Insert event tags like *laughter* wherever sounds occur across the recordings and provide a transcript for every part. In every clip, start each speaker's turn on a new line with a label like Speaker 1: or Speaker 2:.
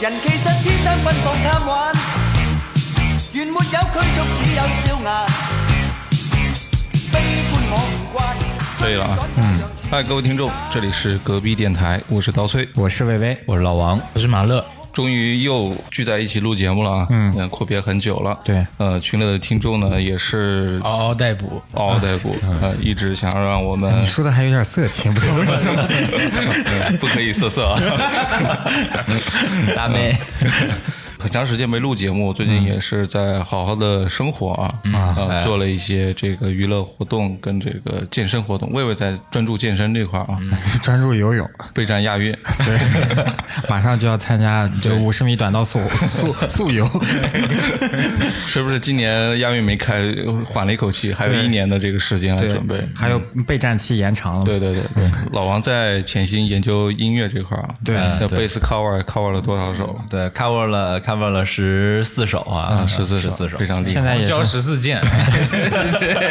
Speaker 1: 人其實天生奔放貪玩，原沒有拘束，只有笑顏。悲觀我唔慣，
Speaker 2: 可以了啊。
Speaker 1: 嗯，
Speaker 2: 嗨，各位听众，这里是隔壁电台，我是刀崔，
Speaker 3: 我是魏巍，
Speaker 4: 我是老王，我是马乐。
Speaker 2: 终于又聚在一起录节目了啊。嗯，阔别很久了。
Speaker 3: 对
Speaker 2: 呃，群里的听众呢也是
Speaker 4: 嗷嗷待哺，
Speaker 2: 嗷嗷待哺，呃，一直想让我们
Speaker 3: 你说的还有点色情，不知道 *laughs* 为什么。
Speaker 2: 嗯不可以色色啊。
Speaker 5: 大
Speaker 4: 嗯
Speaker 5: 妹，
Speaker 2: 很长时间没录节目，最近也是在好好的生活啊，啊、做了一些这个娱乐活动跟这个健身活动。魏魏在专注健身这块啊，
Speaker 3: 专注游泳，
Speaker 2: 备战亚运。
Speaker 3: *laughs* 对，马上就要参加就五十米短道速 *laughs* 速速游，
Speaker 2: 是不是今年亚运没开，缓了一口气，还有一年的这个时间来准备。
Speaker 3: 还有备战期延长
Speaker 2: *laughs*
Speaker 3: 了。
Speaker 2: 对对对对，老王在潜心研究音乐这块啊，
Speaker 3: 对
Speaker 2: 那贝斯 cover cover 了多少首？
Speaker 5: 对，cover 了 cover 了十四首啊，
Speaker 2: 十四
Speaker 5: 十四首
Speaker 2: 非，常厉害。
Speaker 3: 现
Speaker 4: *laughs*
Speaker 3: 在也
Speaker 4: 消
Speaker 3: 是
Speaker 4: 十四件，哎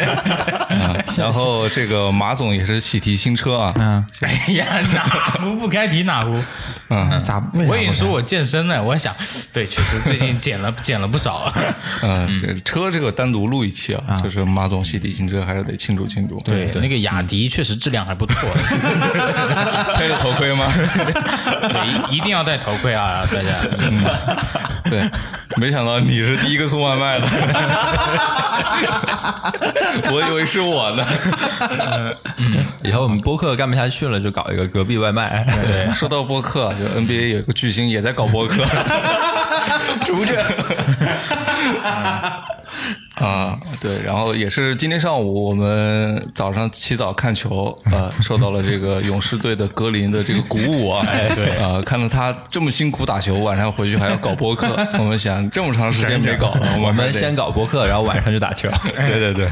Speaker 2: 啊，然后这个马总也是喜提新车啊，嗯
Speaker 4: 哎呀，哪壶不开提哪壶。
Speaker 3: 咋？为啥
Speaker 4: 我以为你说我健身呢，我想，对，确实最近减了 *laughs* 减了不少。
Speaker 2: 嗯，这个车这个单独录一期啊，就是马总喜提新车，还是得庆祝庆祝。
Speaker 4: 对，那个雅迪确实质量还不错，
Speaker 2: 配了头盔吗？
Speaker 4: *laughs* 对，一一定要戴头盔啊，大家。
Speaker 2: 对，没想到你是第一个送外卖的， *laughs* 我以为是我呢。
Speaker 5: 以后我们播客干不下去了，就搞一个隔壁外卖。
Speaker 2: 对，说到播客，就 NBA 有一个巨星也在搞播 *laughs* 客，主着。 *laughs* 啊，对，然后也是今天上午，我们早上起早看球，呃，受到了这个勇士队的格林的这个鼓舞 *laughs* 啊，对，呃，看到他这么辛苦打球，晚上回去还要搞播 *laughs* 客，我们想这么长时间没搞了，我
Speaker 5: *laughs* 我
Speaker 2: 们
Speaker 5: 们
Speaker 2: 先。
Speaker 5: 先搞播客，然后晚上就
Speaker 2: *laughs*
Speaker 5: 打球。对对对，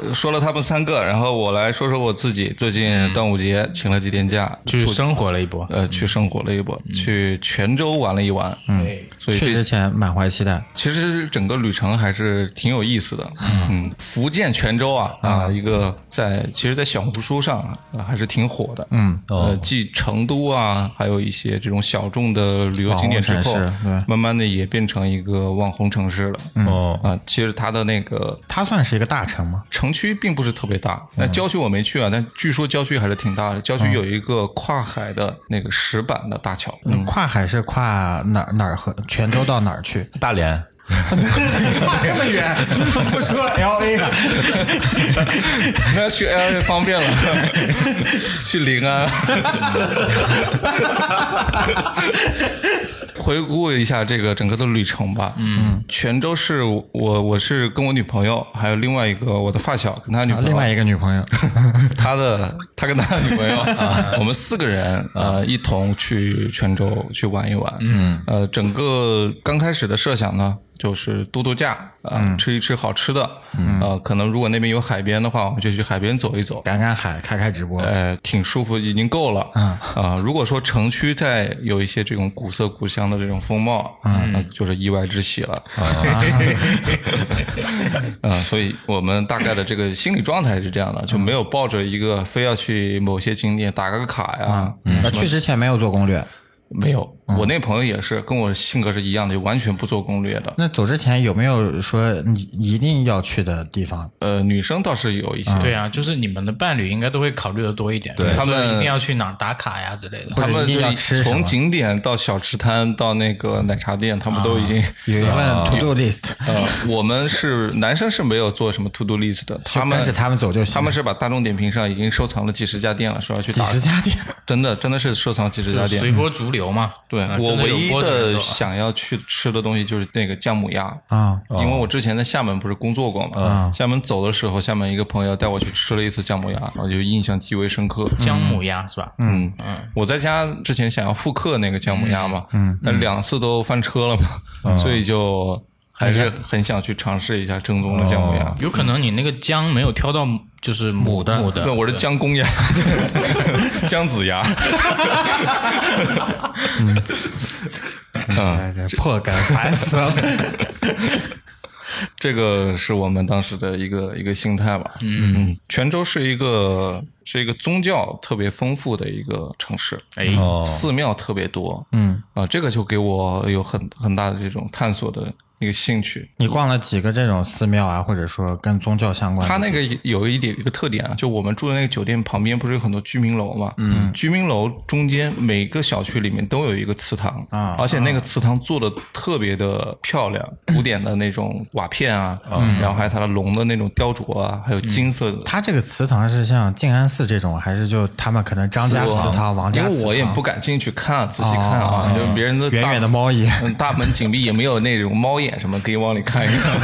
Speaker 2: 呃说了他们三个，然后我来说说我自己。最近端午节请了几天假，
Speaker 4: 去生活了一波，
Speaker 2: 呃，去生活了一波，
Speaker 3: 嗯
Speaker 2: 去泉州玩了一玩，嗯，所以
Speaker 3: 去
Speaker 2: 这
Speaker 3: 之前满怀期待，
Speaker 2: 其实整个旅程还是挺有意思的，嗯，福建泉州啊啊，
Speaker 3: 嗯
Speaker 2: 一个在其实，在小红书上啊啊还是挺火的，嗯，
Speaker 3: 哦
Speaker 2: 呃，继成都啊，还有一些这种小众的旅游景点之
Speaker 3: 网红
Speaker 2: 后
Speaker 3: 城市对，嗯
Speaker 2: 慢慢的也变成一个网红城市了，
Speaker 5: 哦，
Speaker 2: 啊，其实它的那个
Speaker 3: 它算是一个大城吗？
Speaker 2: 城区并不是特别大，
Speaker 3: 嗯
Speaker 2: 那郊区我没去啊，但据说郊区还是挺大的。郊区有一个跨海的那个石板的大桥，
Speaker 3: 跨海是跨哪儿哪儿和泉州到哪儿去？
Speaker 5: 大连，
Speaker 3: 跨这么远，你怎么不说 L A 啊？
Speaker 2: *laughs* 那去 L A 方便 *laughs* 了，去啊临安。 *laughs* 回顾一下这个整个的旅程吧。嗯，泉州是我我是跟我女朋友，还有另外一个我的发小跟他女朋友，*laughs*
Speaker 3: 啊另外一个女朋友， *laughs*
Speaker 2: 他的他跟他的女朋 *laughs* 友，我们四个人呃一同去泉州去玩一玩。嗯，呃，整个刚开始的设想呢，就是度度假啊、吃一吃好吃的。嗯，呃，可能如果那边有海边的话，我们就去海边走一走。
Speaker 3: 赶赶海，开开直播。嗯
Speaker 2: 呃，挺舒服，已经够了。嗯啊、如果说城区再有一些这种古色古香的这种风貌，嗯，就是意外之喜了。 *laughs* 啊、嗯，所以我们大概的这个心理状态是这样
Speaker 3: 嗯
Speaker 2: 的，就没有抱着一个非要去某些景点打个卡呀，
Speaker 3: 那去之前没有做攻略，
Speaker 2: 没有。
Speaker 3: 嗯
Speaker 2: 我那朋友也是跟我性格是一样的，就完全不做攻略的。
Speaker 3: 那走之前有没有说你一定要去的地方？
Speaker 2: 呃，女生倒是有一些，
Speaker 3: 嗯
Speaker 4: 对啊，就是你们的伴侣应该都会考虑的多一点，
Speaker 5: 对
Speaker 4: 比如说
Speaker 2: 他们
Speaker 4: 一定要去哪儿打卡呀之类的。
Speaker 2: 他们
Speaker 3: 一定要
Speaker 2: 就
Speaker 3: 吃什么
Speaker 2: 从景点到小吃摊到那个奶茶店，他们都已经
Speaker 3: 有一
Speaker 2: 啊
Speaker 3: 份 to do list，
Speaker 2: *laughs* 呃，我们是男生是没有做什么 to do list 的，他们
Speaker 3: 跟着他们走就行。
Speaker 2: 他们是把大众点评上已经收藏了几十家店了，说要去
Speaker 3: 几
Speaker 2: 打，
Speaker 3: 十家店，
Speaker 2: 真的真的是收藏几十家
Speaker 4: 就是随
Speaker 2: 店。
Speaker 4: 波逐流嘛，
Speaker 2: 对
Speaker 4: 啊
Speaker 2: 我
Speaker 4: 真的
Speaker 2: 唯
Speaker 4: 有
Speaker 2: 一
Speaker 4: 波折
Speaker 2: 的
Speaker 4: 走啊
Speaker 2: 想要去吃的东西就是那个姜母鸭
Speaker 3: 啊，
Speaker 2: 因为我之前在厦门不是工作过嘛，厦门走的时候，厦门一个朋友带我去吃了一次姜母鸭，我就印象极为深刻。
Speaker 4: 姜母鸭是吧？
Speaker 2: 嗯嗯，我在家之前想要复刻那个姜母鸭嘛，嗯，那两次都翻车了嘛，所以就还是很想去尝试一下正宗的姜母鸭。
Speaker 4: 有可能你那个姜没有挑到，就是母的母的
Speaker 2: 对，我是姜公鸭， *laughs* 姜子牙。
Speaker 3: 啊
Speaker 2: *laughs*
Speaker 3: 哎呀破梗烦死了。
Speaker 2: 这个是我们当时的一个一个心态吧。嗯，泉州是一个是一个宗教特别丰富的一个城市，嗯
Speaker 4: 哎，
Speaker 5: 哦
Speaker 2: 寺庙特别多。嗯啊、这个就给我有很很大的这种探索的一个兴趣。
Speaker 3: 你逛了几个这种寺庙啊，或者说跟宗教相关的？
Speaker 2: 它那个有一点一个特点啊，就我们住的那个酒店旁边不是有很多居民楼嘛？嗯，居民楼中间每个小区里面都有一个祠堂
Speaker 3: 啊
Speaker 2: 而且那个祠堂做的特别的漂亮，古典的那种瓦片啊，
Speaker 3: 嗯
Speaker 2: 然后还有它的龙的那种雕琢啊，还有金色的。
Speaker 3: 它这个祠堂是像静安寺这种，还是就他们可能张家祠堂、王家
Speaker 2: 因为
Speaker 3: 祠堂？哦
Speaker 2: 我也不敢进去看啊，仔细看啊，就是别人的大
Speaker 3: 远远的猫眼
Speaker 2: 嗯大门紧闭，也没有那种猫眼什么，可以往里看一
Speaker 3: *laughs*
Speaker 2: 看。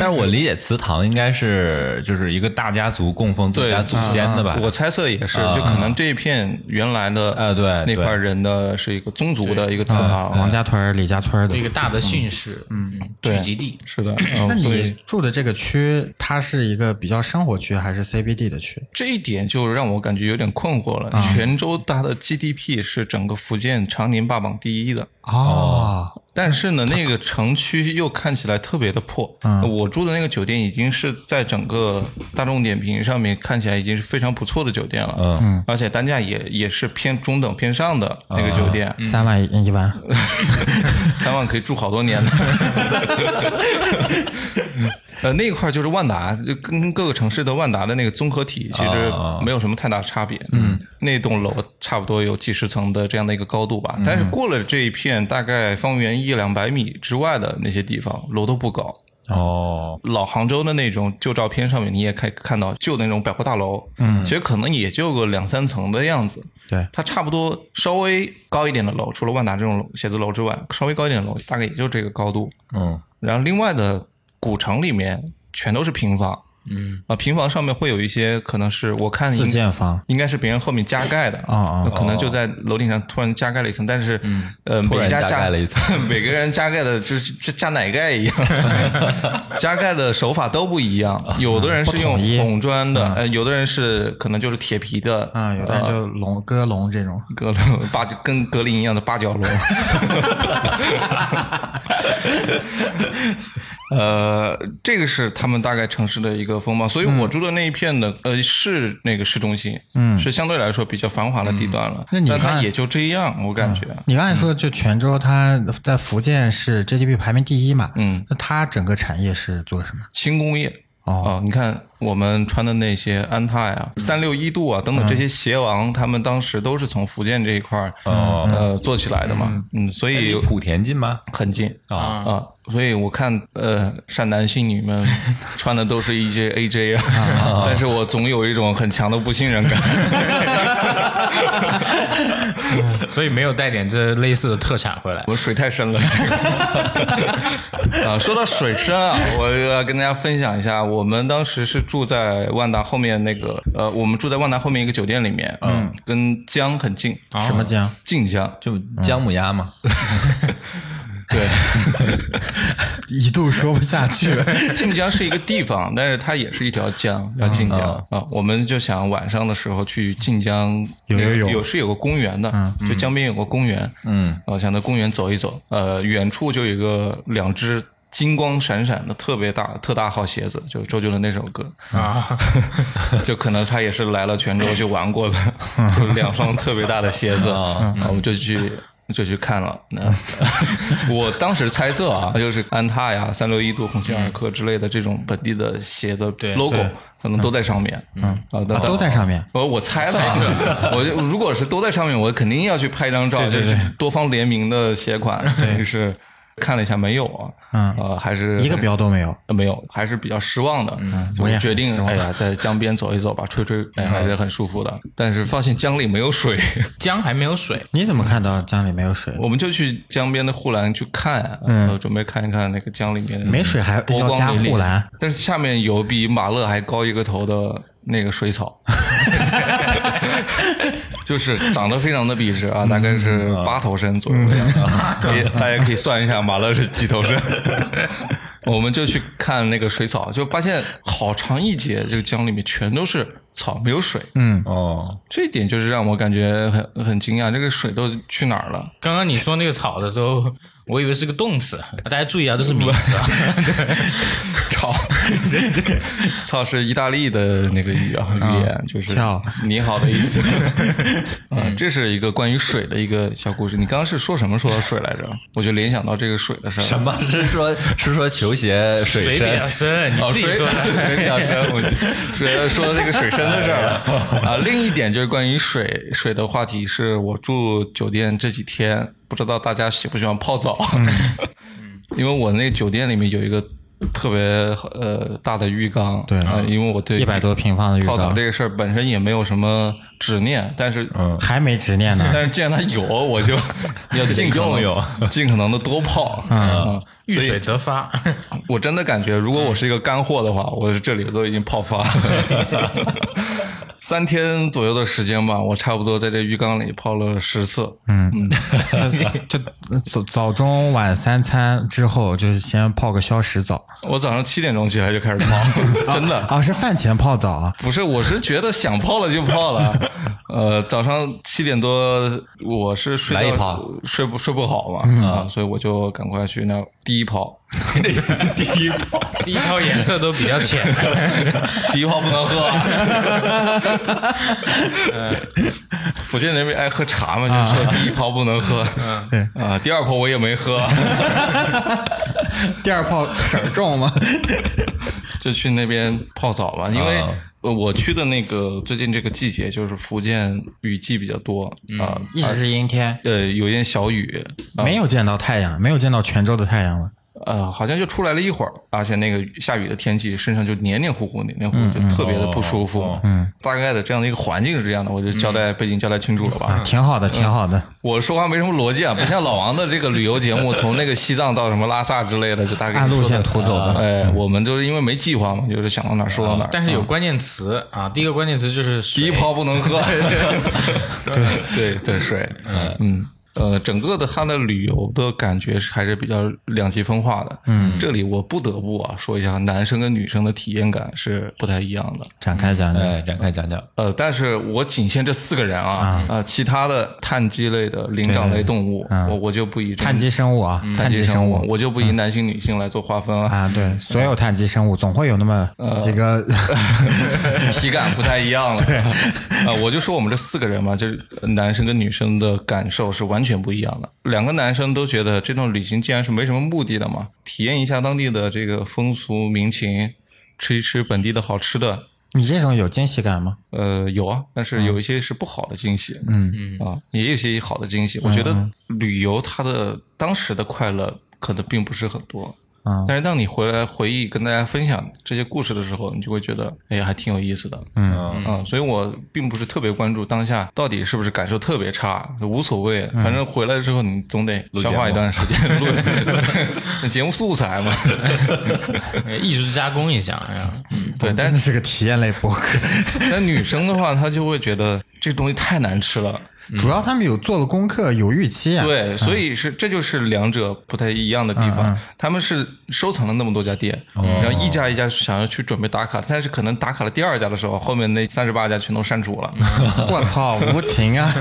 Speaker 5: 但是我理解祠堂应该是就是一个大家族供奉自
Speaker 2: 对啊
Speaker 5: 家祖先的吧？
Speaker 2: 我猜测也是，就可能这一片原来的
Speaker 5: 啊对啊
Speaker 2: 那
Speaker 5: 对
Speaker 2: 块人的是一个宗族的一个祠啊
Speaker 3: 王
Speaker 2: 堂，
Speaker 3: 家屯儿、李家村儿的
Speaker 4: 一。个大的姓氏，嗯，聚集地，
Speaker 2: 是
Speaker 5: *clears throat*
Speaker 2: 的。嗯
Speaker 3: 那
Speaker 2: 所以
Speaker 3: 你住的这个区，它是一个比较生活区还是 CBD 的区？
Speaker 2: 这一点就让我感觉有点困惑了。
Speaker 5: 啊
Speaker 2: 泉州它的 GDP 是整个福建常年霸榜第一的，
Speaker 3: 哦，
Speaker 2: 但是呢，那个城区又看起来特别的破。
Speaker 5: 啊
Speaker 2: 我住的那个酒店已经是在整个大众点评上面看起来已经是非常不错的酒店了，嗯，而且单价也也是偏中等偏上的那个
Speaker 5: 啊
Speaker 2: 酒店，
Speaker 3: 三万一一万，
Speaker 2: 嗯 *laughs* 三万可以住好多年的。呃，那一块就是万达，就跟各个城市的万达的那个综合体其实没有什么太大差别。嗯，那栋楼差不多有几十层的这样的一个高度吧，但是过了这一片大概方圆一两百米之外的那些地方，楼都不高。
Speaker 5: 哦，
Speaker 2: 老杭州的那种旧照片上面，你也可以看到旧的那种百货大楼，嗯，其实可能也就个两三层的样子。
Speaker 3: 对
Speaker 2: 它差不多稍微高一点的楼，除了万达这种写字楼之外，稍微高一点的楼大概也就这个高度。
Speaker 5: 嗯，
Speaker 2: 然后另外的古城里面全都是平房，嗯啊、平房上面会有一些可能是我看
Speaker 3: 自
Speaker 2: 应
Speaker 3: 建房
Speaker 2: 应该是别人后面加盖的
Speaker 3: 啊啊
Speaker 2: 那可能就在楼顶上突然加盖了一层，但是、呃，
Speaker 5: 突
Speaker 2: 每
Speaker 5: 然
Speaker 2: 家
Speaker 5: 加盖了一层，
Speaker 2: *laughs* 每个人加盖的这这加奶盖一
Speaker 3: *laughs*
Speaker 2: 样，加盖的手法都不一样，有的人是用
Speaker 3: 不统一
Speaker 2: 红砖的，呃，有的人是可能就是铁皮的，
Speaker 3: 啊，有的人
Speaker 2: 呃
Speaker 3: 就龙鸽笼这种。
Speaker 2: 格龙八角跟格林一样的八
Speaker 3: *laughs*
Speaker 2: 角龙。呃，这个是他们大概城市的一个风貌，
Speaker 3: 嗯
Speaker 2: 所以我住的那一片的、呃是那个市中心，嗯，是相对来说比较繁华的地段了。
Speaker 3: 嗯那你
Speaker 2: 但它
Speaker 3: 看
Speaker 2: 也就这样，我感觉。
Speaker 3: 你刚才说，就泉州，它在福建是 GDP 排名第一嘛？
Speaker 2: 嗯，
Speaker 3: 那它整个产业是做什么？
Speaker 2: 轻工业。
Speaker 3: 哦
Speaker 2: 啊你看我们穿的那些安踏呀、三六一度啊等等这些鞋王，他们当时都是从福建这一块儿、呃做起来的嘛，嗯，所以
Speaker 5: 哎莆田近吗？
Speaker 2: 很近啊啊，所以我看呃，善男信女们穿的都是一些 AJ 啊， *laughs* 但是我总有一种很强的不信任感。
Speaker 4: 所以没有带点这类似的特产回来
Speaker 2: 我。水太深了。 *laughs* 这个啊，说到水深啊，我要跟大家分享一下，我们当时是住在万达后面那个，呃，我们住在万达后面一个酒店里面，嗯，跟江很近，
Speaker 3: 什么江？
Speaker 2: 晋江，
Speaker 5: 就姜母鸭嘛。
Speaker 2: 对，
Speaker 3: 一度说不下去。
Speaker 2: 晋江是一个地方，但是它也是一条江，叫晋江啊。我们就想晚上的时候去晋江，
Speaker 3: 游游
Speaker 2: 有
Speaker 3: 泳
Speaker 2: 是有个公园的，就江边有个公园，嗯，我想在公园走一走。呃，远处就有一个两只金光闪闪的特别大特大号鞋子，就是周杰伦那首歌啊， *laughs* 就可能他也是来了泉州就玩过的， *laughs* 就两双特别大的鞋
Speaker 3: *laughs*
Speaker 2: 子
Speaker 3: 嗯
Speaker 2: 啊，我们就去。就去看了。那 *laughs* 我当时猜测啊，就是安踏呀、三六一度、鸿星尔克之类的这种本地的鞋的
Speaker 4: 对
Speaker 2: logo，可能都在上面。嗯啊，但
Speaker 3: 哦都在上面。
Speaker 2: 我我猜的啊，我就如果是都在上面，我肯定要去拍张照，就是多方联名的鞋款。这个是看了一下没有啊，
Speaker 3: 嗯
Speaker 2: 呃，还是
Speaker 3: *laughs* 一个标都没有。
Speaker 2: 呃没有，还是比较失望的。嗯
Speaker 3: 我也很
Speaker 2: 决定
Speaker 3: 失望嗯
Speaker 2: 哎呀，在江边走一走吧，吹吹，哎，还是很舒服的。但是发现江里没有水，
Speaker 4: 江还没有水，
Speaker 3: 你怎么看到江里没有水？
Speaker 2: 我们就去江边的护栏去看，嗯、呃，准备看一看那个江里面
Speaker 3: 没水还
Speaker 2: 波
Speaker 3: 要
Speaker 2: 光
Speaker 3: 加
Speaker 2: 粼粼
Speaker 3: 护栏，
Speaker 2: 但是下面有比马勒还高一个头的那个水草， *laughs* 就是长得非常的笔直
Speaker 3: 嗯
Speaker 2: 啊，大概是八头身左右的样子， *laughs* 可以大家可以算一下马勒是几头身。 *laughs* 我们就去看那个水草，就发现好长一截，这个江里面全都是草，没有水。嗯，
Speaker 5: *laughs* 哦，
Speaker 2: 这一点就是让我感觉很很惊讶，这个水都去哪儿了？
Speaker 4: 刚刚你说那个草的时候，我以为是个动词，大家注意啊，这是名词啊。
Speaker 2: 操，操是意大利的那个语啊语言，就是
Speaker 3: 操
Speaker 2: 你好的意思。啊，这是一个关于水的一个小故事。你刚刚是说什么说到水来着？我就联想到这个水的事儿。
Speaker 5: 什么是说是说球鞋
Speaker 4: 水
Speaker 5: 水
Speaker 4: 比较
Speaker 5: 深？
Speaker 4: 深，你
Speaker 2: 哦，
Speaker 4: 自己
Speaker 2: 水
Speaker 4: 说的。
Speaker 2: 水比较深，我说说这个水深的事儿了啊。另一点就是关于水水的话题，是我住酒店这几天，不知道大家喜不喜欢泡澡， *laughs* 因为我那酒店里面有一个。特别呃大的浴缸，
Speaker 3: 对
Speaker 2: 啊因为我对
Speaker 3: 一百多平方的浴
Speaker 2: 泡澡
Speaker 3: 缸
Speaker 2: 这，个事儿本身也没有什么执念，但是
Speaker 3: 还没执念呢。
Speaker 2: *laughs* 但是既然它有，我就嗯 *laughs* 要尽可能
Speaker 5: 用用
Speaker 2: 尽可能的多 *laughs* 泡啊。
Speaker 4: 遇 *laughs* 水则发，
Speaker 2: 我真的感觉，如果我是一个干货的话，我这里都已经泡发 *laughs* 了。三天左右的时间吧，我差不多在这浴缸里泡了十次。嗯 *laughs*
Speaker 3: 就早早中晚三餐之后，就是先泡个消食澡。
Speaker 2: 我早上七点钟起来就开始 *laughs* 泡，真的。
Speaker 3: 啊，是饭前泡澡啊。
Speaker 2: 不是，我是觉得想泡了就泡了。
Speaker 5: *laughs*
Speaker 2: 呃，早上七点多，我是睡
Speaker 5: 来一
Speaker 2: 到
Speaker 5: 泡嗯
Speaker 2: 睡不睡不好嘛、啊，所以我就赶快去那儿第一
Speaker 5: *laughs*
Speaker 2: 泡，
Speaker 5: 第一泡，
Speaker 4: 第一套颜色都比较浅。
Speaker 2: 第一泡不能
Speaker 5: *laughs*
Speaker 2: 喝、啊呃福建那边爱喝茶嘛，
Speaker 5: 啊
Speaker 2: 就说第一泡不能喝，对啊，第二泡我也没喝，
Speaker 5: *laughs*
Speaker 3: 第二泡色儿重 *laughs* 吗？
Speaker 2: 就去那边泡澡
Speaker 5: 啊
Speaker 2: 吧，因为。呃我去的那个最近这个季节就是福建雨季比较多啊，
Speaker 5: 嗯
Speaker 3: 一直是阴天，
Speaker 2: 呃，有点小雨，
Speaker 3: 没有见到太阳，没有见到泉州的太阳了。
Speaker 2: 呃，好像就出来了一会儿，而且那个下雨的天气，身上就黏黏糊糊、黏黏糊
Speaker 4: 嗯
Speaker 2: 糊，就特别的不舒
Speaker 4: 哦
Speaker 2: 服。嗯，大概的这样的一个环境是这样的，我就交代背景交代清楚了吧。
Speaker 3: 啊挺好的，挺好的。
Speaker 2: 我说话没什么逻辑啊，不像老王的这个旅游节目，从那个西藏到什么拉萨之类的，就大概
Speaker 3: 按路
Speaker 2: 说
Speaker 3: 线
Speaker 2: 的
Speaker 3: 图走的
Speaker 2: 哎，我们就是因为没计划嘛，就是想到哪儿说到哪儿。
Speaker 4: 嗯但是有关键词啊，第一个关键词就是
Speaker 2: 第
Speaker 4: 水
Speaker 2: 一泡不能喝， *laughs* 对对对，水，嗯嗯。呃，整个的它的旅游的感觉是还是比较两极分化的。嗯，这里我不得不啊说一下，男生跟女生的体验感是不太一样的。
Speaker 3: 展开讲讲，
Speaker 5: 哎，展开讲讲。
Speaker 2: 呃，但是我仅限这四个人啊，呃，其他的碳基类的灵长类动物，我我就不以这个
Speaker 3: 碳基生物啊，
Speaker 2: 啊碳
Speaker 3: 碳
Speaker 2: 基
Speaker 3: 基
Speaker 2: 生
Speaker 3: 生
Speaker 2: 物，嗯
Speaker 3: 物
Speaker 2: 我就不以男性女性来做划分啊，
Speaker 3: 啊，对，所有碳基生物总会有那么几个
Speaker 2: *laughs* 体感不太一样了。啊，我就说我们这四个人嘛，就是男生跟女生的感受是完全不一样的。两个男生都觉得这段旅行既然是没什么目的的嘛，体验一下当地的这个风俗民情，吃一吃本地的好吃的。
Speaker 3: 你这种有惊喜感吗？
Speaker 2: 呃，有啊，但是有一些是不好的惊喜，嗯啊，也有一些好的惊喜。我觉得旅游它的当时的快乐可能并不是很多，
Speaker 3: 嗯
Speaker 2: 但是当你回来回忆跟大家分享这些故事的时候，你就会觉得，哎呀，还挺有意思的，嗯啊，所以我并不是特别关注当下到底是不是感受特别差，无所谓，反正回来之后你总得消化一段时间，录这节目素材嘛，
Speaker 4: 呃艺术加工一下，哎呀
Speaker 2: 对，但
Speaker 3: 真的是个体验类博客。
Speaker 2: 但女生的话，她就会觉得这东西太难吃了。
Speaker 3: 主要他们有做了功课，有预
Speaker 2: *laughs*
Speaker 3: 期啊。，
Speaker 2: 对，所以是这就是两者不太一样的地方。他们是收藏了那么多家店，然后一家一家想要去准备打卡，但是可能打卡了第二家的时候，后面那三十八家全都删除了。
Speaker 3: *laughs* 我操，无情啊！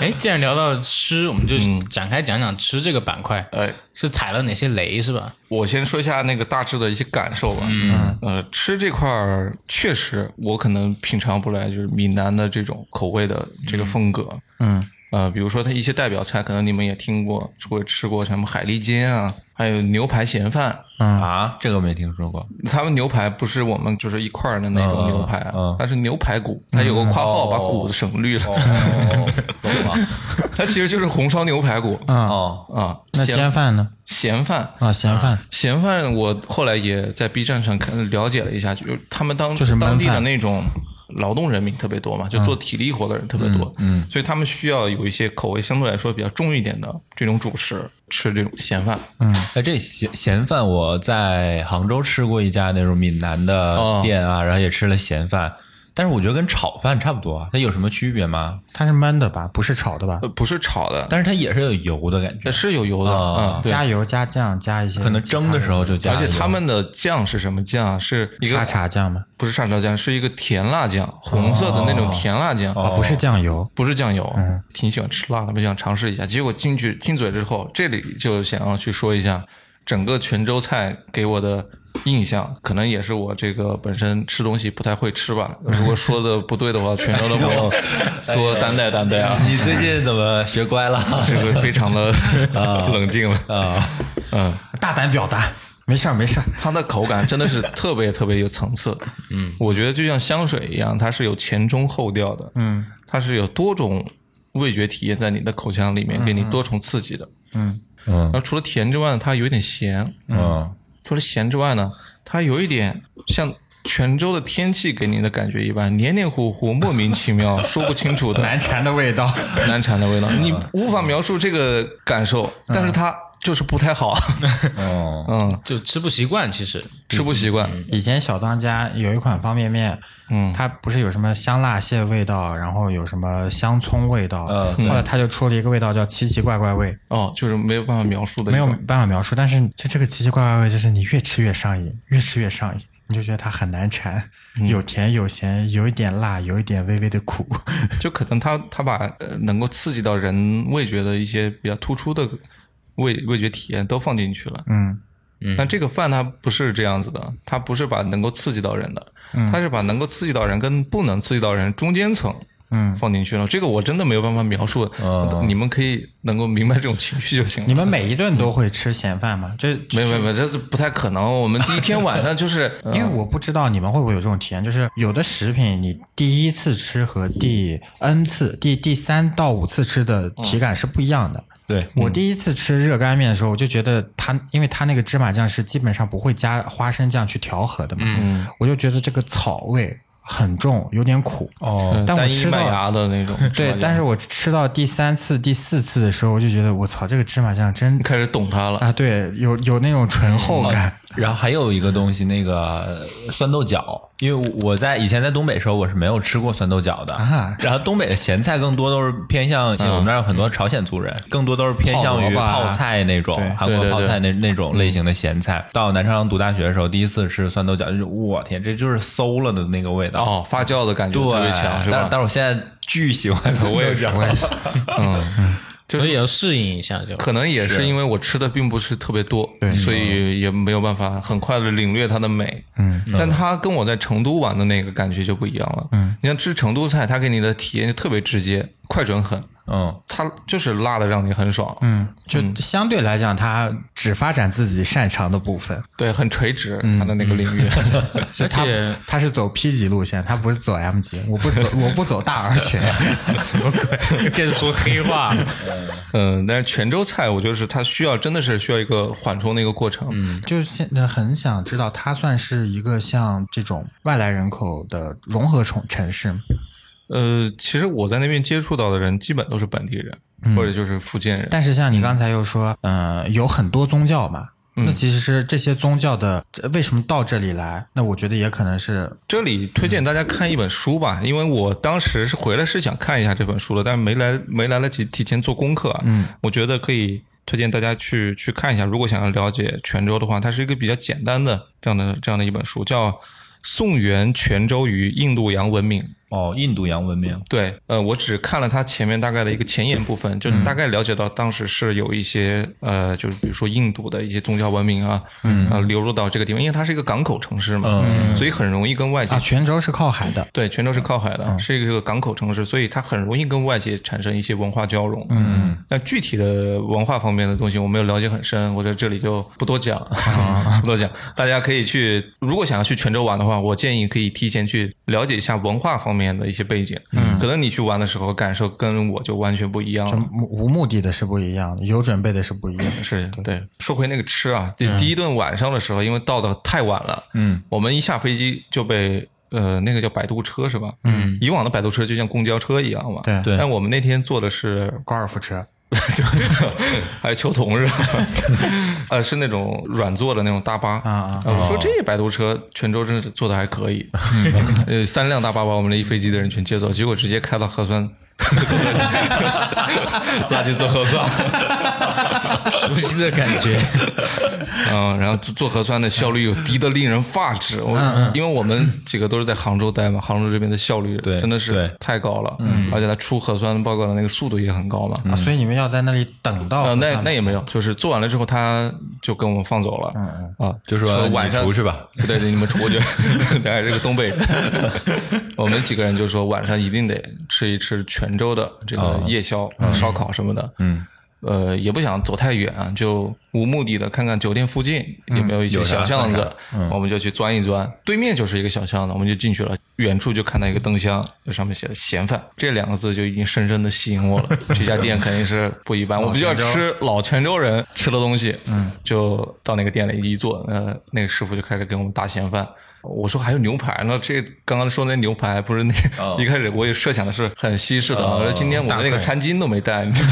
Speaker 4: 哎，既然聊到吃，我们就展开讲讲吃这个板块，
Speaker 2: 哎，
Speaker 4: 是踩了哪些雷是吧？
Speaker 2: 我先说一下那个大致的一些感受吧。嗯，呃，吃这块儿确实我可能品尝不来，就是闽南的这种口味的这个风格。嗯，呃，比如说它一些代表菜，可能你们也听过，或者吃过什么海蛎煎啊，还有牛排咸饭。
Speaker 5: 啊，这个没听说过。
Speaker 2: 他们牛排不是我们就是一块儿的那种牛排啊，
Speaker 5: 嗯嗯
Speaker 2: 它是牛排骨，它有个括号把骨省略了，
Speaker 5: 哦，懂了。
Speaker 2: *laughs* 它其实就是红烧牛排骨
Speaker 5: 哦，
Speaker 2: 啊。
Speaker 3: 那
Speaker 2: 咸
Speaker 3: 煎饭呢？
Speaker 2: 咸饭，
Speaker 3: 啊，咸饭
Speaker 2: 咸饭我后来也在 B 站上看了解了一下，就是他们当
Speaker 3: 就是焖饭
Speaker 2: 当地的那种。劳动人民特别多嘛，就做体力活的人特别多，嗯，所以他们需要有一些口味相对来说比较重一点的这种主食，吃这种咸饭，
Speaker 5: 哎，这咸咸饭
Speaker 2: 哦
Speaker 5: 我在杭州吃过一家那种闽南的店啊，然后也吃了咸饭，但是我觉得跟炒饭差不多啊，它有什么区别吗？
Speaker 3: 它是焖的吧，不是炒的吧？
Speaker 2: 呃，不是炒的，
Speaker 5: 但是它也是有油的感觉
Speaker 2: 呃，是有油的
Speaker 5: 啊
Speaker 2: 啊。对
Speaker 3: 加油加酱加一些，
Speaker 5: 可能蒸的时候就加
Speaker 2: 而
Speaker 5: 了油，
Speaker 2: 且他们的酱是什么酱啊？是一
Speaker 3: 沙
Speaker 2: 个
Speaker 3: 茶酱嘛，
Speaker 2: 不是沙茶酱，是一个甜辣酱，红色的那种甜辣酱，
Speaker 3: 哦，不是嗯酱油，
Speaker 2: 不是酱油。挺喜欢吃辣的，不想尝试一下。结果进去进嘴之后，这里就想要去说一下整个泉州菜给我的印象，可能也是我这个本身吃东西不太会吃
Speaker 3: *laughs*
Speaker 2: 吧。如果说的不对的话，泉州的朋
Speaker 3: 哎
Speaker 2: 友多担待担待啊。
Speaker 5: 你最近怎么学乖
Speaker 2: *laughs*
Speaker 5: 了？
Speaker 2: 这个非常
Speaker 3: *laughs*
Speaker 2: 的 *laughs* 冷静了啊，嗯，
Speaker 3: 大胆表达，没事儿没事儿，
Speaker 2: 它的口感真的是特别特别有层次。嗯，我觉得就像香水一样，它是有前中后调的。嗯，它是有多种味觉体验在你的口腔里面，给你多重刺激的。
Speaker 5: 嗯
Speaker 2: 然后除了甜之外呢，它有一点咸。
Speaker 5: 嗯，
Speaker 2: 除了咸之外呢，它有一点像泉州的天气给你的感觉一般，黏黏糊糊、莫名其妙、说不清楚的
Speaker 3: *laughs* 难缠的味道，
Speaker 2: 难缠的味道，你无法描述这个感受，但是它就是不太好，
Speaker 5: 哦，
Speaker 2: *laughs* 嗯，
Speaker 4: 就吃不习惯，其实
Speaker 2: 吃不习
Speaker 5: 嗯
Speaker 2: 惯，
Speaker 3: 以前小当家有一款方便面，嗯，它不是有什么香辣蟹味道，然后有什么香葱味道，
Speaker 5: 嗯
Speaker 3: 后来它就出了一个味道叫奇奇怪怪味，
Speaker 2: 哦，就是没有办法描述的一
Speaker 3: 没
Speaker 2: 种，
Speaker 3: 有办法描述，但是就这个奇奇怪怪味，就是你越吃越上瘾，越吃越上瘾，你就觉得它很难缠，
Speaker 2: 嗯
Speaker 3: 有甜有咸，有一点辣，有一点微微的苦，
Speaker 2: 就可能它它把呃能够刺激到人味觉的一些比较突出的味味觉体验都放进去了，
Speaker 3: 嗯，
Speaker 2: 但这个饭它不是这样子的，它不是把能够刺激到人的，它是把能够刺激到人跟不能刺激到人中间层。
Speaker 3: 嗯
Speaker 2: 放进去了，这个我真的没有办法描述，
Speaker 5: 嗯
Speaker 2: 你们可以能够明白这种情绪就行了。
Speaker 3: 你们每一顿都会吃咸饭吗？这
Speaker 2: 没有没有没有，这是不太可能。我们第一天晚上就是， *laughs*
Speaker 3: 因为我不知道你们会不会有这种体验，就是有的食品你第一次吃和第 n 次、第第三到五次吃的体感是不一样的。
Speaker 2: 嗯
Speaker 5: 对，
Speaker 3: 我第一次吃热干面的时候，我就觉得它，因为它那个芝麻酱是基本上不会加花生酱去调和的嘛，
Speaker 2: 嗯
Speaker 3: 我就觉得这个草味很重，有点苦。
Speaker 5: 哦，
Speaker 3: 但我
Speaker 2: 单一
Speaker 3: 吃
Speaker 2: 麦
Speaker 3: 到
Speaker 2: 呃芽的那种，
Speaker 3: 对，但是我吃到第三次、第四次的时候，我就觉得我操，这个芝麻酱
Speaker 2: *laughs*
Speaker 3: 真
Speaker 2: 开始懂它了。
Speaker 3: 啊，对，有有那种醇厚感。
Speaker 5: 然后还有一个东西，那个酸豆角，因为我在以前在东北的时候，我是没有吃过酸豆角的。
Speaker 3: 啊
Speaker 5: 然后东北的咸菜更多都是偏向，像我们那儿有很多朝鲜族人，更多都是偏向
Speaker 3: 泡
Speaker 5: 于
Speaker 3: 萝卜啊
Speaker 5: 泡菜那种
Speaker 3: 对，
Speaker 5: 韩国
Speaker 2: 对对
Speaker 5: 泡菜那那种类型的咸菜。到南昌读大学的时候，第一次吃酸豆角，就是我天，这就是馊了的那个味道。
Speaker 2: 哦，发酵的感觉
Speaker 5: 对，
Speaker 2: 特别强，是
Speaker 5: 但
Speaker 2: 吧？
Speaker 5: 但是我现在巨喜欢酸豆角，我也是，
Speaker 4: 所以也要适应一下，就
Speaker 2: 可能也是因为我吃的并不是特别多，所以也没有办法很快的领略它的美。嗯，但它跟我在成都玩的那个感觉就不一样了。嗯，你像吃成都菜，它给你的体验就特别直接、快准狠，
Speaker 5: 嗯，
Speaker 2: 它就是辣的让你很爽。嗯，
Speaker 3: 就相对来讲，它只发展自己擅长的部分，
Speaker 2: 对，很垂直，它的那个领域。
Speaker 3: 而
Speaker 4: 且
Speaker 3: 它是走 P 级路线，它不是走 M 级。我不走，我不走大 *laughs* 而全。
Speaker 4: 什么鬼？开始说黑 *laughs* 话了。
Speaker 2: *laughs* 嗯，但是泉州菜，我觉得是它需要真的是需要一个缓冲的一个过程。嗯，
Speaker 3: 就是现在很想知道，它算是一个像这种外来人口的融合城城市吗，
Speaker 2: 呃，其实我在那边接触到的人，基本都是本地人，或者就是福建人。
Speaker 3: 但是像你刚才又说，嗯、有很多宗教嘛。那其实是这些宗教的这为什么到这里来？那我觉得也可能是
Speaker 2: 这里推荐大家看一本书吧，因为我当时是回来是想看一下这本书的，但是没来没来得及提前做功课、啊。嗯，我觉得可以推荐大家去去看一下，如果想要了解泉州的话，它是一个比较简单的这样的这样的一本书，叫《宋元泉州与印度洋文明》。
Speaker 5: 哦，印度洋文明，
Speaker 2: 对，呃，我只看了他前面大概的一个前言部分，就大概了解到当时是有一些、呃，就是比如说印度的一些宗教文明啊，嗯，呃，流入到这个地方，因为它是一个港口城市嘛，嗯、所以很容易跟外界、
Speaker 3: 啊，泉州是靠海的，
Speaker 2: 对，泉州是靠海的，是一个港口城市，所以它很容易跟外界产生一些文化交融。嗯，那具体的文化方面的东西我没有了解很深，我在这里就不多讲， *laughs* 不多讲。大家可以去，如果想要去泉州玩的话，我建议可以提前去了解一下文化方面的一些背景。嗯，可能你去玩的时候感受跟我就完全不一样了。
Speaker 3: 目无目的的是不一样的，有准备的是不一样的。
Speaker 2: 是对，说回那个吃啊，第
Speaker 3: 嗯
Speaker 2: 第一顿晚上的时候，因为到的太晚了，
Speaker 5: 嗯，
Speaker 2: 我们一下飞机就被呃那个叫摆渡车是吧？嗯，以往的摆渡车就像公交车一样嘛，
Speaker 3: 对
Speaker 5: 对
Speaker 3: *laughs*
Speaker 2: 但我们那天坐的是
Speaker 3: 高尔夫车，
Speaker 2: 就还有秋桐是吧？ *laughs* 呃，是那种软座的那种大巴
Speaker 3: 啊啊
Speaker 2: 我说这摆渡车泉州真是做的还可
Speaker 3: *laughs*
Speaker 2: 以，呃，三辆大巴把我们这一飞机的人全接走，结果直接开到核酸，拉去做核酸。
Speaker 4: 熟悉的感觉。
Speaker 2: *laughs* 嗯，然后做做核酸的效率又低得令人发指。
Speaker 5: 嗯
Speaker 2: 我因为我们几个都是在杭州待嘛，杭州这边的效率
Speaker 5: 对
Speaker 2: 真的
Speaker 5: 对嗯
Speaker 2: 是太高了，嗯而且它出核酸报告的那个速度也很高嘛。
Speaker 3: 啊所以你们要在那里等到
Speaker 2: 呃，
Speaker 3: 核酸
Speaker 2: 那
Speaker 3: 吗
Speaker 2: 那也没有，就是做完了之后，他就跟我们放走了，啊，
Speaker 5: 嗯就说
Speaker 2: 晚上
Speaker 5: 你出去吧，
Speaker 2: 对对，你们出去， *laughs* 大概是个东北人， *laughs* 我们几个人就说晚上一定得吃一吃泉州的这个夜宵、烧烤什么的，嗯，呃，也不想走太远，就无目的的看看酒店附近有没有一些小巷子，嗯我们就去钻一钻，对面就是一个小巷子，我们就进去了，远处就看到一个灯箱，这上面写的“嫌犯”这两个字就已经深深的吸引我了，这家店肯定是不一般，我们就要吃老泉州人吃的东西，嗯，就到那个店里一坐，呃，那个师傅就开始给我们打嫌犯。我说还有牛排呢，这刚刚说那牛排不是那、*laughs*
Speaker 5: 哦
Speaker 2: 一开始我也设想的是很西式的，我说今天我们那个餐巾都没带，你知道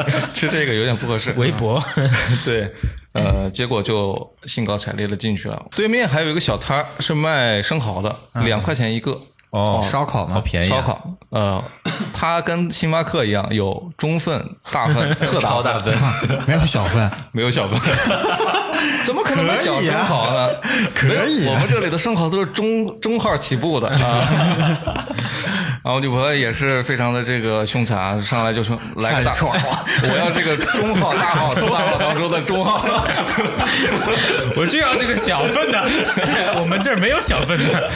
Speaker 2: 吗 *laughs* 吃吃这个有点不合适。
Speaker 4: 微博，
Speaker 2: *laughs* 对，呃，结果就兴高采烈的进去了。对面还有一个小摊儿是卖生蚝的，两块钱一个。
Speaker 5: 哦，
Speaker 3: 烧烤
Speaker 5: 好
Speaker 3: 吗？
Speaker 5: 便宜啊，
Speaker 2: 烧烤，呃，它跟星巴克一样有中份、大份、特大份，
Speaker 3: 没有小份，
Speaker 2: 没有小份， *laughs* 怎么可能有小生蚝呢？
Speaker 3: 可以啊
Speaker 2: 没有我们这里的生蚝都是中中号起步
Speaker 3: *laughs*
Speaker 2: 的啊。然后女朋友也是非常的这个凶残，啊上来就说来个大，
Speaker 3: 上来
Speaker 2: *laughs* 我要这个中号、大号、特大号当中的中号。
Speaker 4: *laughs*
Speaker 3: *laughs*
Speaker 4: 我就要这个小份的， *laughs* 我们这儿没有小份的。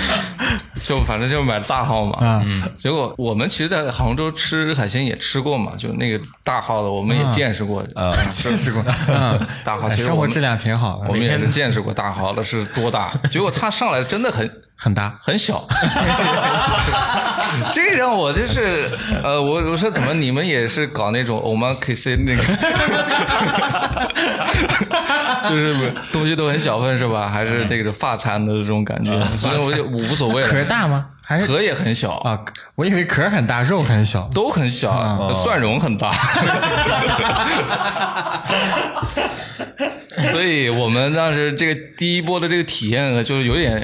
Speaker 2: 就反正就是买大号
Speaker 3: 啊
Speaker 2: 嘛，嗯，结果我们其实，在杭州吃海鲜也吃过嘛，就那个大号的我们也见识过，啊，
Speaker 3: *laughs* 见识过。嗯，
Speaker 2: 大号
Speaker 3: 哎
Speaker 2: 其实
Speaker 3: 生
Speaker 2: 我
Speaker 3: 活
Speaker 2: 们
Speaker 3: 质量挺好的，
Speaker 2: 我们也是见识过大号的是多大，结果他上来真的 *laughs* 很
Speaker 3: 很搭。
Speaker 2: 很小， *laughs* 这让我就是呃，我我说怎么你们也是搞那种 o m a k a s e 那个， *laughs* 就是东西都很小份是吧？还是那个发餐的这种感觉，所以我就无所谓
Speaker 3: 嗯壳
Speaker 2: 了。
Speaker 3: 大吗？还是
Speaker 2: 壳也很小啊，
Speaker 3: 啊？我以为壳很大，肉很小。
Speaker 2: 都很小，蒜蓉很大。所以我们当时这个第一波的这个体验呢，就是有点，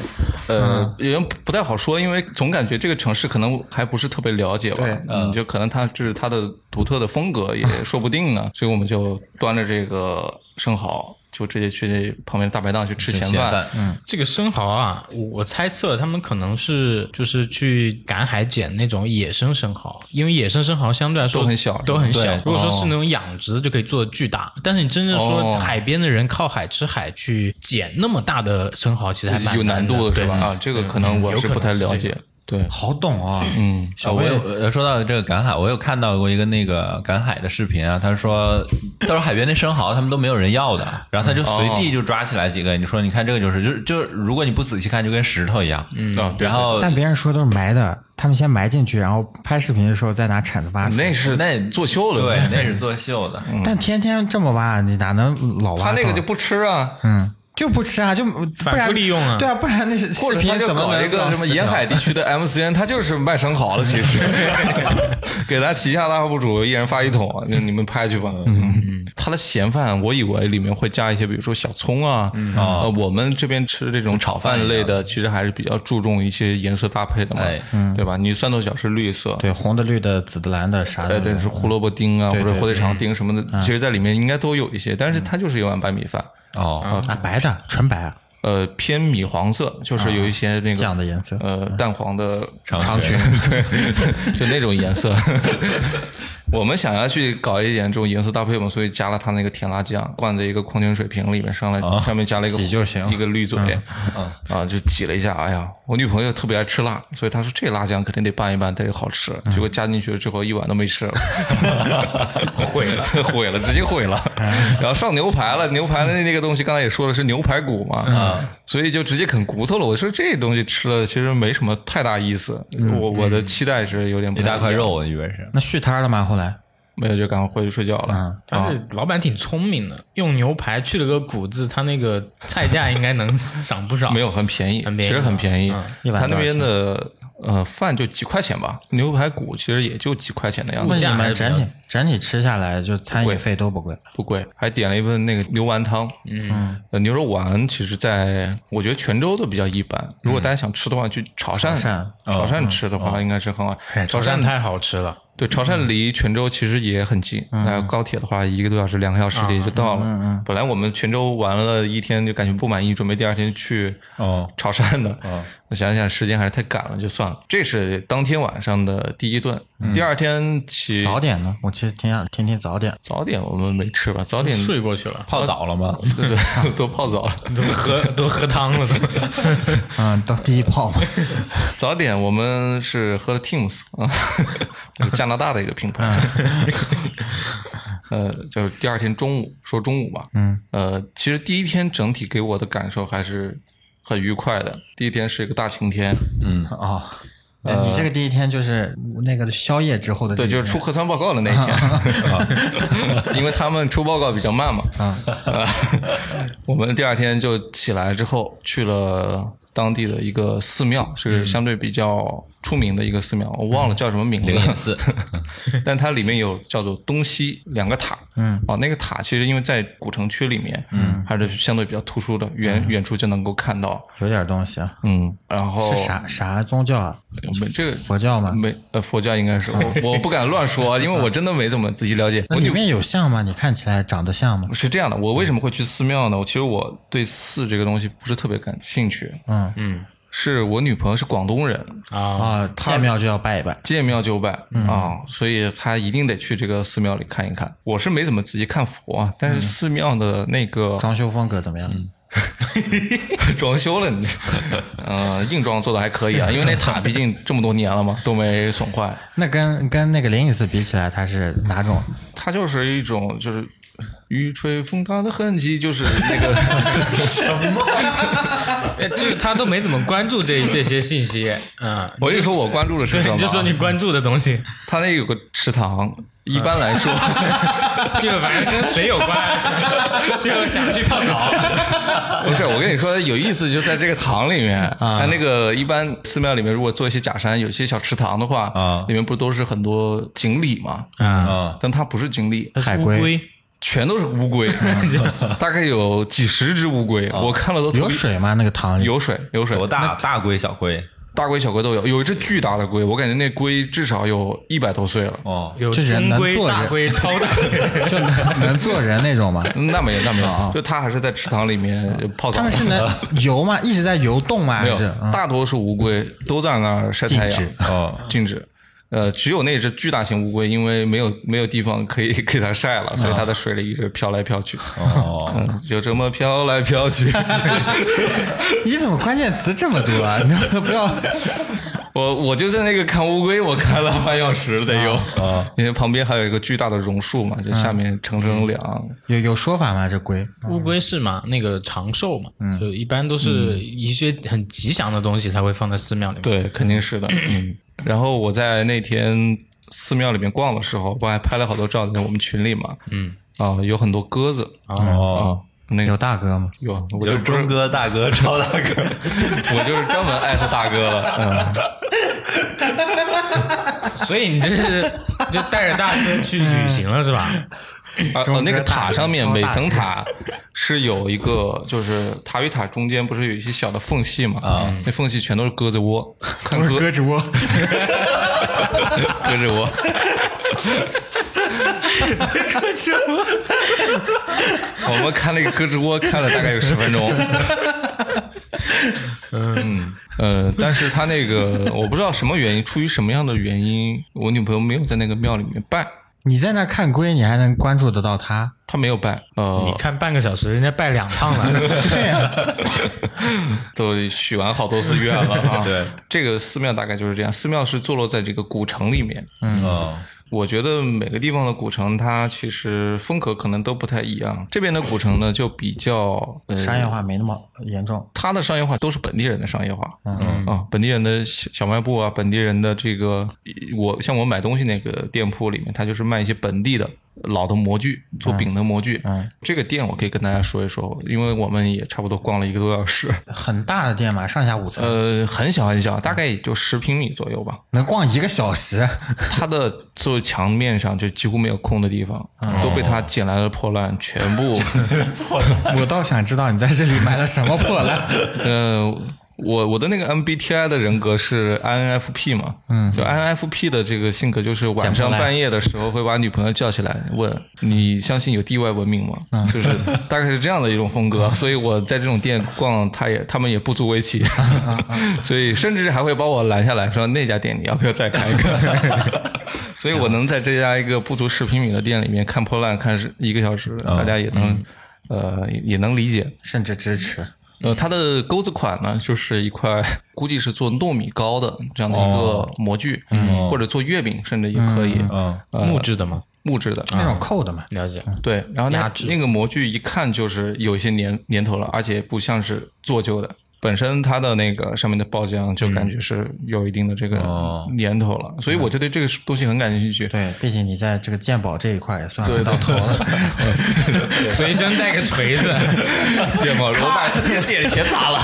Speaker 2: 呃，有点不太好说，因为总感觉这个城市可能还不是特别了解吧
Speaker 3: 对，
Speaker 2: 嗯，就可能它这是它的独特的风格，也说不定呢。所以我们就端着这个生蚝，就直接去旁边的大排档去吃咸
Speaker 5: 咸
Speaker 2: 饭
Speaker 5: 饭，
Speaker 2: 嗯，
Speaker 4: 这个生蚝啊，我我猜测他们可能是就是去赶海捡那种野生生蚝，因为野生生蚝相对来说
Speaker 2: 都很小
Speaker 4: 都很小
Speaker 5: 对。
Speaker 4: 如果说是那种养殖的，就可以做的巨大。但是你真正说
Speaker 2: 哦
Speaker 4: 海边的人靠海吃海去捡那么大的生蚝，其实还蛮
Speaker 2: 有难度
Speaker 4: 的，
Speaker 2: 的是吧？
Speaker 4: 对
Speaker 2: 啊，这个可能我
Speaker 4: 有
Speaker 2: 是
Speaker 4: 可能
Speaker 2: 不太
Speaker 4: 是这
Speaker 2: 了
Speaker 4: 个
Speaker 2: 解，对，
Speaker 3: 好懂啊，
Speaker 2: 嗯，
Speaker 5: 啊，我有呃说到这个赶海，我有看到过一个那个赶海的视频啊，他说到时候海边那生蚝他们都没有人要的，然后他就随
Speaker 2: 嗯哦
Speaker 5: 地就抓起来几个，你说你看这个就是就是就是如果你不仔细看就跟石头一样，嗯，
Speaker 2: 啊，对
Speaker 5: 然后
Speaker 3: 但别人说都是埋的，他们先埋进去，然后拍视频的时候再拿铲子挖出来。
Speaker 2: 那是
Speaker 5: 那
Speaker 2: 作秀了，嗯
Speaker 5: 对，那是作秀的，
Speaker 3: 但天天这么挖，你哪能老挖
Speaker 2: 他
Speaker 3: 到？
Speaker 2: 那个就不吃啊，
Speaker 3: 嗯，就不吃啊，就
Speaker 4: 反复利用啊
Speaker 3: 对啊，不然那是
Speaker 2: 或
Speaker 3: 视
Speaker 2: 者
Speaker 3: 频
Speaker 2: 他就
Speaker 3: 怎么
Speaker 2: 搞
Speaker 3: 能
Speaker 2: 一个
Speaker 3: 往
Speaker 2: 什么
Speaker 3: 死
Speaker 2: 沿
Speaker 3: 聊
Speaker 2: 海地区的 MCN，他就是卖生蚝
Speaker 3: *laughs*
Speaker 2: 的，其实 *laughs* 给他旗下大博主一人发一桶，就你们拍去吧。嗯，他的咸饭我以为里面会加一些，比如说小葱啊，
Speaker 3: 嗯哦
Speaker 2: 呃，我们这边吃这种炒饭类的，其实还是比较注重一些颜色搭配的嘛
Speaker 5: 哎，
Speaker 3: 嗯
Speaker 2: 对吧？你蒜头角是绿色，
Speaker 3: 对红的、绿的、紫的、蓝的啥
Speaker 2: 呃，
Speaker 3: 的，
Speaker 2: 对，是胡萝卜丁啊，或者
Speaker 3: 对嗯
Speaker 2: 火腿肠丁什么的，其实在里面应该都有一些，但是它就是一碗白米饭。
Speaker 5: 哦，
Speaker 3: 啊，白的，纯白啊，
Speaker 2: 呃，偏米黄色，就是有一些那个
Speaker 3: 酱啊的颜色嗯
Speaker 2: 呃，淡黄的
Speaker 5: 长裙，
Speaker 2: 对，就那种颜色。 *laughs* 我们想要去搞一点这种颜色搭配嘛，所以加了它那个甜辣酱，灌在一个矿泉水瓶里面，上来上面加了一个
Speaker 3: 挤就行嗯
Speaker 2: 一个绿嘴，啊，就挤了一下。哎呀，我女朋友特别爱吃辣，所以她说这辣酱肯定得拌一拌，得好吃。
Speaker 3: 嗯
Speaker 2: 结果加进去了之后，一碗都没吃了，毁了，毁了，直接毁了。
Speaker 3: 嗯
Speaker 2: 然后上牛排了，牛排的那个东西刚才也说了是牛排骨嘛，
Speaker 3: 嗯
Speaker 5: 嗯
Speaker 2: 啊，所以就直接啃骨头了。我说这东西吃了其实没什么太大意思，我我的期待是有点不
Speaker 5: 一
Speaker 2: 太
Speaker 5: 大块
Speaker 2: 样
Speaker 5: 肉，我以为
Speaker 2: 嗯
Speaker 5: 是，
Speaker 3: 那续摊了吗？后来
Speaker 2: 没有就赶快回去睡觉了。
Speaker 4: 但是老板挺聪明的，用牛排去了个骨字，他那个菜价应该能 *laughs* 涨不少。
Speaker 2: 啊没有很便宜，
Speaker 4: 很便宜
Speaker 2: 其实很便宜
Speaker 4: 嗯。
Speaker 3: 一碗
Speaker 2: 他那
Speaker 3: 多少
Speaker 2: 边
Speaker 3: 钱
Speaker 2: 的呃，饭就几块钱吧，牛排骨其实也就几块钱的样
Speaker 3: 那
Speaker 2: 子，
Speaker 3: 你
Speaker 4: 价还
Speaker 3: 们
Speaker 4: 是比较
Speaker 3: 整体整体吃下来，就餐
Speaker 2: 不贵
Speaker 3: 饮费都不贵。
Speaker 2: 不贵。还点了一份那个牛丸汤，嗯，呃、牛肉丸，其实在我觉得泉州的比较一般。如果大家想吃的话，去潮汕，
Speaker 3: 潮汕
Speaker 2: 潮汕吃的话应该是很好。潮
Speaker 4: 潮汕
Speaker 2: 汕
Speaker 4: 太好
Speaker 2: *laughs*
Speaker 4: 吃了，
Speaker 2: 对，潮汕
Speaker 5: 嗯
Speaker 2: 离泉州其实也很近，那、高铁的话一个多小时、两个小时
Speaker 5: 啊
Speaker 2: 也就到了。
Speaker 5: 嗯
Speaker 2: 本来我们泉州玩了一天就感觉不满意，准备第二天去
Speaker 5: 哦
Speaker 2: 潮汕的。我想想时间还是太赶了，就算了。这是当天晚上的第一顿，
Speaker 5: 嗯
Speaker 2: 第二天起
Speaker 3: 早点呢？我其实挺想天天早点。
Speaker 2: 早点我们没吃吧，早点
Speaker 4: 睡过去了，
Speaker 5: 泡澡了吗？
Speaker 2: 对对 *laughs* 都泡澡了。
Speaker 4: 都
Speaker 2: *laughs*
Speaker 4: 喝都喝汤了都。
Speaker 3: 嗯，到第一泡嘛。 *laughs*
Speaker 2: *laughs* 早点我们是喝了 Teams 啊， *laughs* 加拿大的一个品牌。 *laughs* 呃，就是第二天中午，说中午吧。嗯。呃，其实第一天整体给我的感受还是很愉快的。第一天是一个大晴天，
Speaker 3: 哦，那你这个第一天就是那个宵夜之后的第一
Speaker 2: 呃对，
Speaker 3: 天，
Speaker 2: 就是出核酸报告的那一天，因为他们出报告比较慢嘛。啊，我们第二天就起来之后去了。当地的一个寺庙是相对比较出名的一个寺庙，我忘了叫什么名字。
Speaker 5: 灵隐寺，
Speaker 2: 但它里面有叫做东西两个塔，嗯，哦，那个塔其实因为在古城区里面，嗯，还是相对比较突出的，远远处就能够看到，
Speaker 3: 有点东西啊。
Speaker 2: 嗯，然后
Speaker 3: 是啥啥宗教啊？
Speaker 2: 没这个
Speaker 3: 佛教吗？
Speaker 2: 没呃佛教应该是我我不敢乱说啊，因为我真的没怎么仔细了解。
Speaker 3: 那
Speaker 2: 我
Speaker 3: 里
Speaker 2: 就
Speaker 3: 面有像吗？你看起来长得像吗？
Speaker 2: 是这样的，我为什么会去寺庙呢？我其实我对寺这个东西不是特别感兴趣，
Speaker 3: 嗯
Speaker 2: 嗯，是我女朋友是广东人，
Speaker 4: 啊，
Speaker 3: 啊，见庙就要拜一拜。
Speaker 2: 见庙就拜啊，所以他一定得去这个寺庙里看一看。我是没怎么仔细看佛啊，但是寺庙的那个
Speaker 3: 装修风格怎么样？
Speaker 2: 嗯装修了，你， *laughs* 呃，硬装做的还可以啊，因为那塔毕竟这么多年了嘛，都没损坏。
Speaker 3: 那跟跟那个灵隐寺比起来，它是哪种？
Speaker 2: 它就是一种就是雨吹风它的痕迹，就是那个
Speaker 4: 哎就是他都没怎么关注这这些信息，嗯，
Speaker 2: 我就说我关注的是什
Speaker 4: 对，
Speaker 2: 么
Speaker 4: 你就说
Speaker 2: 啊？
Speaker 4: 你关注的东西，
Speaker 2: 它那有个池塘，一般来说，
Speaker 4: *laughs* 就反正跟水有 *laughs* 关，就想去泡澡。 *laughs*
Speaker 2: *laughs* 不是我跟你说有意思就在这个塘里面啊，那个一般寺庙里面如果做一些假山，有些小池塘的话
Speaker 5: 啊
Speaker 2: 里面不都是很多锦鲤嘛？
Speaker 5: 啊，
Speaker 2: 但它不是锦鲤，
Speaker 3: 海
Speaker 4: 乌
Speaker 3: 龟
Speaker 4: 嗯龟
Speaker 2: 全都是乌龟， *laughs* 大概有几十只乌龟，我看了都头
Speaker 3: 有水吗？那个塘里
Speaker 2: 有水有水，
Speaker 5: 多大？大龟小龟？
Speaker 2: 大龟小龟都有，有一只巨大的龟，我感觉那龟至少有一百多岁了。
Speaker 5: 哦，
Speaker 4: 有
Speaker 3: 这人
Speaker 4: 中
Speaker 3: 能
Speaker 4: 龟、
Speaker 3: 坐
Speaker 4: 大
Speaker 3: 着
Speaker 4: *laughs* 龟、超大龟，
Speaker 2: *laughs*
Speaker 3: 就能能做人那种吗？
Speaker 2: 那没有，那没有，就它还是在池塘里面泡澡。
Speaker 3: 他们
Speaker 2: *laughs*
Speaker 3: 是能游吗？一直在游动吗？
Speaker 2: 没
Speaker 3: 还
Speaker 2: 有
Speaker 3: 是？嗯，
Speaker 2: 大多数乌龟都在那儿晒太阳，
Speaker 3: 禁止
Speaker 2: 哦，禁止。呃，只有那只巨大型乌龟，因为没有没有地方可以 *laughs* 给它晒了，所以它在水里一直飘来飘去。
Speaker 5: 哦，
Speaker 2: 嗯，就这么飘来飘去。 *laughs*
Speaker 3: 你怎么关键词这么多啊？你 *laughs* 能不能不要？
Speaker 2: 我我就在那个看乌龟，我看了半小时得有，因为旁边还有一个巨大的榕树嘛，就下面乘乘凉。
Speaker 3: 有有说法吗？这龟
Speaker 4: 乌龟是嘛？那个长寿嘛，就一般都是一些很吉祥的东西才会放在寺庙里面。
Speaker 2: 对，肯定
Speaker 5: *clears throat*
Speaker 2: 是的。嗯，然后我在那天寺庙里面逛的时候，我还拍了好多照在我们群里嘛。嗯，啊，有很多鸽子
Speaker 5: 哦，
Speaker 2: 啊，那
Speaker 3: 有
Speaker 2: 个
Speaker 3: 大哥吗？
Speaker 2: 有，我
Speaker 5: 有
Speaker 2: 就
Speaker 5: 中
Speaker 2: *laughs* 哥，
Speaker 5: 哥、大哥、超大
Speaker 2: *laughs*
Speaker 5: 哥，
Speaker 2: 我就是专门艾特大哥
Speaker 5: *laughs*
Speaker 2: 了。嗯
Speaker 4: 所以你这 *laughs* 是就带着大哥去旅行了是吧？
Speaker 2: 嗯，啊，哦那个塔上面每层塔是有一个，就是塔与塔中间不是有一些小的缝隙嘛？啊，那缝隙全都是鸽子窝，看鸽
Speaker 3: 子窝，
Speaker 2: 鸽子窝。我们看那个胳肢窝看了大概有十分钟。嗯呃，但是他那个我不知道什么原因，出于什么样的原因，我女朋友没有在那个庙里面拜，
Speaker 3: 你在那看龟，你还能关注得到它？
Speaker 2: 她没有拜，
Speaker 4: 你
Speaker 2: 呃，
Speaker 4: 看半个小时，人家拜两趟 *laughs* 了，
Speaker 2: 都许完好多次愿了啊。
Speaker 5: 对，
Speaker 2: 这个寺庙大概就是这样，寺庙是坐落在这个古城里面，
Speaker 5: 嗯，
Speaker 2: 我觉得每个地方的古城，它其实风格可能都不太一样。这边的古城呢，就比较呃
Speaker 3: 商业化没那么严重。
Speaker 2: 它的商业化都是本地人的商业化，嗯啊，本地人的小小卖部啊，本地人的这个，我像我买东西那个店铺里面，它就是卖一些本地的老的模具，做饼的模具。嗯，这个店我可以跟大家说一说，因为我们也差不多逛了一个多小时。
Speaker 3: 很大的店嘛，上下五层，
Speaker 2: 呃，很小很小，大概也就十平米左右吧。
Speaker 3: 能逛一个小时， *laughs*
Speaker 2: 它的所有墙面上就几乎没有空的地方，都被他捡来的破烂全部。
Speaker 3: 我倒想知道你在这里买了什么破烂。
Speaker 2: 呃，我我的那个 MBTI 的人格是 INFP 嘛，嗯，就 INFP 的这个性格就是晚上半夜的时候会把女朋友叫起来问你相信有地外文明吗？就是大概是这样的一种风格，所以我在这种店逛，他也他们也不足为奇， *laughs* 所以甚至还会把我拦下来说那家店你要不要再开一个？ *laughs* 所以我能在这家一个不足十平米的店里面看破烂看是一个小时，大家也能、呃也能理解，
Speaker 3: *laughs* 甚至支持。
Speaker 5: 嗯
Speaker 2: 呃，它的钩子款呢，就是一块 *laughs* 估计是做糯米糕的这样的一个模具，或者做月饼，甚至也可以，
Speaker 5: 哦嗯，
Speaker 4: 木质的吗？
Speaker 2: 木质的。
Speaker 3: 那种扣的嘛，
Speaker 4: 了解，
Speaker 2: 对，然后那那个模具一看就是有一些年年头了，而且不像是做旧的。本身它的那个上面的包浆就
Speaker 5: 嗯
Speaker 2: 感觉是有一定的这个
Speaker 5: 哦
Speaker 2: 年头了，所以我就对这个东西很感兴趣。
Speaker 3: 对，毕竟你在这个鉴宝这一块也算到头了。
Speaker 4: 随身带个锤子，
Speaker 2: 见过罗大
Speaker 5: 店里全砸
Speaker 2: *laughs*
Speaker 5: 了，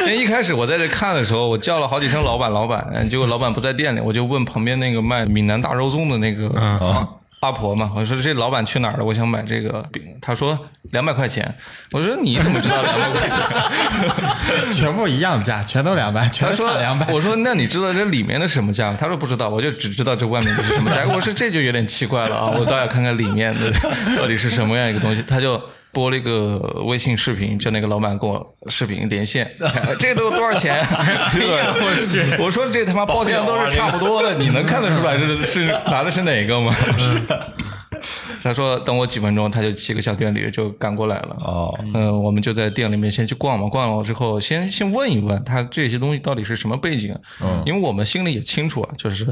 Speaker 2: 因为一开始我在这看的时候，我叫了好几声老板，老哎板，结果老板不在店里，我就问旁边那个卖闽南大肉粽的那个阿阿婆嘛，我说这老板去哪儿了？我想买这个饼，他说两百块钱，我说你怎么知道两百块钱？
Speaker 3: *laughs* 全部一样价，全都两百，全
Speaker 2: 他
Speaker 3: 都
Speaker 2: 说
Speaker 3: 差两百。
Speaker 2: 我说那你知道这里面的什么价吗？他说不知道，我就只知道这外面的是什么价。我说这就有点奇怪了啊，我倒要看看里面
Speaker 3: *laughs*
Speaker 2: 的到底是什么样一个东西。他就播了一个微信视频，叫那个老板跟我视频连
Speaker 3: *laughs*
Speaker 2: 线，这都多少钱？
Speaker 3: 哎
Speaker 2: 我去，我说这他妈包浆都是差不多的，你能看得出来这是拿的是哪个吗？*laughs*
Speaker 3: 嗯
Speaker 2: 他说等我几分钟，他就骑个小电驴就赶过来了。
Speaker 5: 哦，
Speaker 2: 嗯，我们就在店里面先去逛嘛，逛了之后先先问一问他这些东西到底是什么背景，嗯，因为我们心里也清楚啊，就是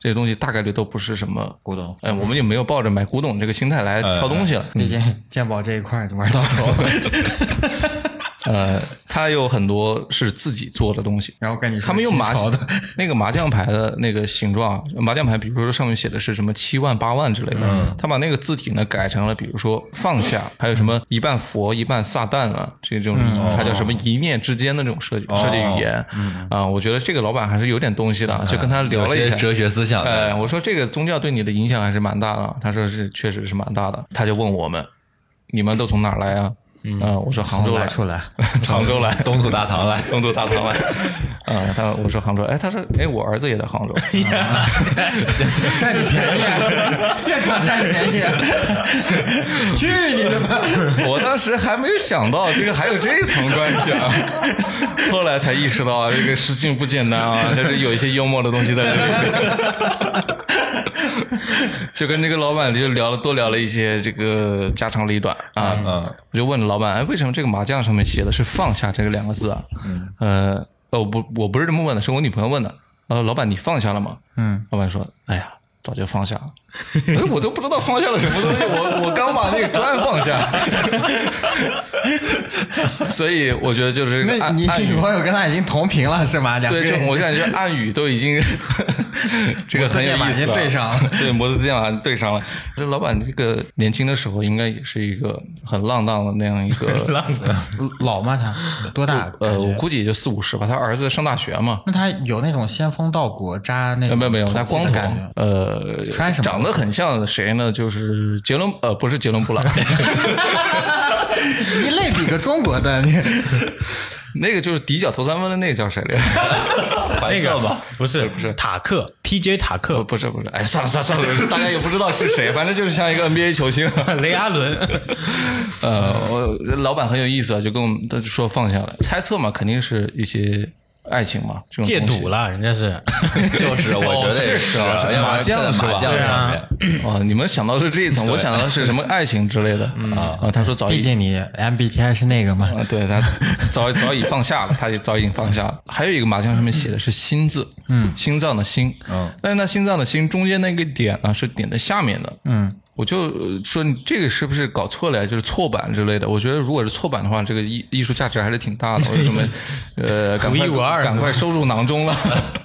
Speaker 2: 这些东西大概率都不是什么古
Speaker 3: 嗯
Speaker 2: 董，哎，我们也没有抱着买古董这个心态来挑东西了，
Speaker 3: 毕竟鉴宝这一块玩到头 *laughs* 了，
Speaker 2: 呃，他有很多是自己做的东西，
Speaker 3: 然后跟你说
Speaker 2: 他们用麻
Speaker 3: 清朝的
Speaker 2: 那个麻将 *laughs* 牌的那个形状，麻将牌，比如说上面写的是什么七万八万之类的，他把那个字体呢改成了，比如说放下，还有什么一半佛一半撒旦啊，这种它叫什么一念之间的这种设计、设计语言啊，我觉得这个老板还是有点东西的，就跟他聊
Speaker 5: 嗯有
Speaker 2: 了一
Speaker 5: 些
Speaker 2: 下
Speaker 5: 哲学思想的，
Speaker 2: 哎，我说这个宗教对你的影响还是蛮大的。他说是，确实是蛮大的。他就问我们，你们都从哪儿来啊？嗯、我说杭州
Speaker 3: 来
Speaker 2: 来，
Speaker 3: 出来，
Speaker 2: 杭州来，
Speaker 5: *laughs* 东土大唐来，
Speaker 2: *laughs* 东都大唐来。啊，他我说杭州，哎，他说，哎，我儿子也在杭
Speaker 3: *laughs*
Speaker 2: 州。
Speaker 3: 哎占你便宜啊， *laughs* 现场占便宜啊，去你的吧！
Speaker 2: 嗯我当时还没有想到这个还有这一层关系
Speaker 3: *laughs*
Speaker 2: 啊，后来才意识到啊，这个事情不简单啊，就是有一些幽默的东西在这里。
Speaker 3: *laughs*
Speaker 2: 就跟这个老板就聊了多聊了一些这个家长里短啊，
Speaker 3: 嗯
Speaker 2: 我就问老板，哎，为什么这个麻将上面写的是“放下”这个两个字啊？
Speaker 3: 嗯
Speaker 2: 呃，哦我不，我不是这么问的，是我女朋友问的。呃，老板，你放下了吗？嗯，老板说，哎呀，早就放下了。哎，我都不知道放下了什么东西，我我刚把那个砖放下。所以我觉得就是
Speaker 3: 那
Speaker 2: 暗
Speaker 3: 你
Speaker 2: 暗
Speaker 3: 女
Speaker 2: 语，
Speaker 3: 朋友跟他已经同频了是吗？两个
Speaker 2: 对，这
Speaker 3: 人
Speaker 2: 我感觉暗语都已经 *laughs* 这个很有
Speaker 3: 摩
Speaker 2: 意
Speaker 3: 斯
Speaker 2: 思
Speaker 3: 电码已经
Speaker 2: 了，
Speaker 3: 对上了，
Speaker 2: 对，摩斯电码对上了。这老板这个年轻的时候应该也是一个很浪荡的那样一
Speaker 3: *laughs*
Speaker 2: 个，
Speaker 3: 老吗？他多大？
Speaker 2: 呃，
Speaker 3: 感觉
Speaker 2: 我估计也就四五十吧。他儿子上大学嘛，
Speaker 3: 那他有那种先锋到国扎那
Speaker 2: 呃，
Speaker 3: 种
Speaker 2: 没有没有，
Speaker 3: 统
Speaker 2: 他
Speaker 3: 计的
Speaker 2: 光头
Speaker 3: 感觉，
Speaker 2: 呃，
Speaker 3: 穿什么
Speaker 2: 长得很像谁呢？就是杰伦，呃，不是杰伦布
Speaker 3: *laughs*
Speaker 2: 朗，
Speaker 3: 你类比个中国的，
Speaker 2: *laughs*
Speaker 3: 你
Speaker 2: 那个就是底角投三分的那个叫谁来着？ *laughs*
Speaker 5: 那个吧，
Speaker 4: *laughs* 不是不是塔克 PJ 塔
Speaker 2: 呃
Speaker 4: 克
Speaker 2: 不是不是，哎，算了算了算了，大家也不知道是谁，反正就是像一个 NBA 球星。 *laughs*
Speaker 4: *laughs* 雷阿伦，
Speaker 2: 呃，我老板很有意思啊，就跟我们他就说放下了，猜测嘛，肯定是一些爱情嘛，这种
Speaker 4: 戒
Speaker 2: 东西
Speaker 4: 赌了，人家是
Speaker 5: *laughs* 就是我觉得也
Speaker 2: 是啊是
Speaker 5: 要不然
Speaker 2: 麻将
Speaker 5: 在
Speaker 2: 是吧
Speaker 5: 麻将
Speaker 4: 对
Speaker 5: 上
Speaker 4: 啊
Speaker 5: 面，
Speaker 2: 哦，你们想到是这一
Speaker 4: *laughs*
Speaker 2: 层，我想到是什么爱情之类的
Speaker 4: 嗯
Speaker 2: 啊、啊他说早已
Speaker 3: 毕竟你 MBTI 是那个嘛，
Speaker 2: 啊，对他早早已放下了，他也早已放下
Speaker 4: 嗯
Speaker 2: 了。还有一个麻将上面写的是“心”字，嗯，心脏的“心”，嗯，但是那心脏的“心”中间那个点呢是点在下面的，嗯，我就呃说你这个是不是搞错了呀？就是错版之类的。我觉得如果是错版的话，这个艺艺术价值还是挺大的。我就准备呃，
Speaker 4: *laughs*
Speaker 2: 赶快
Speaker 4: 独一无二
Speaker 2: 赶
Speaker 4: 是吧
Speaker 2: 快收入囊中了。 *laughs*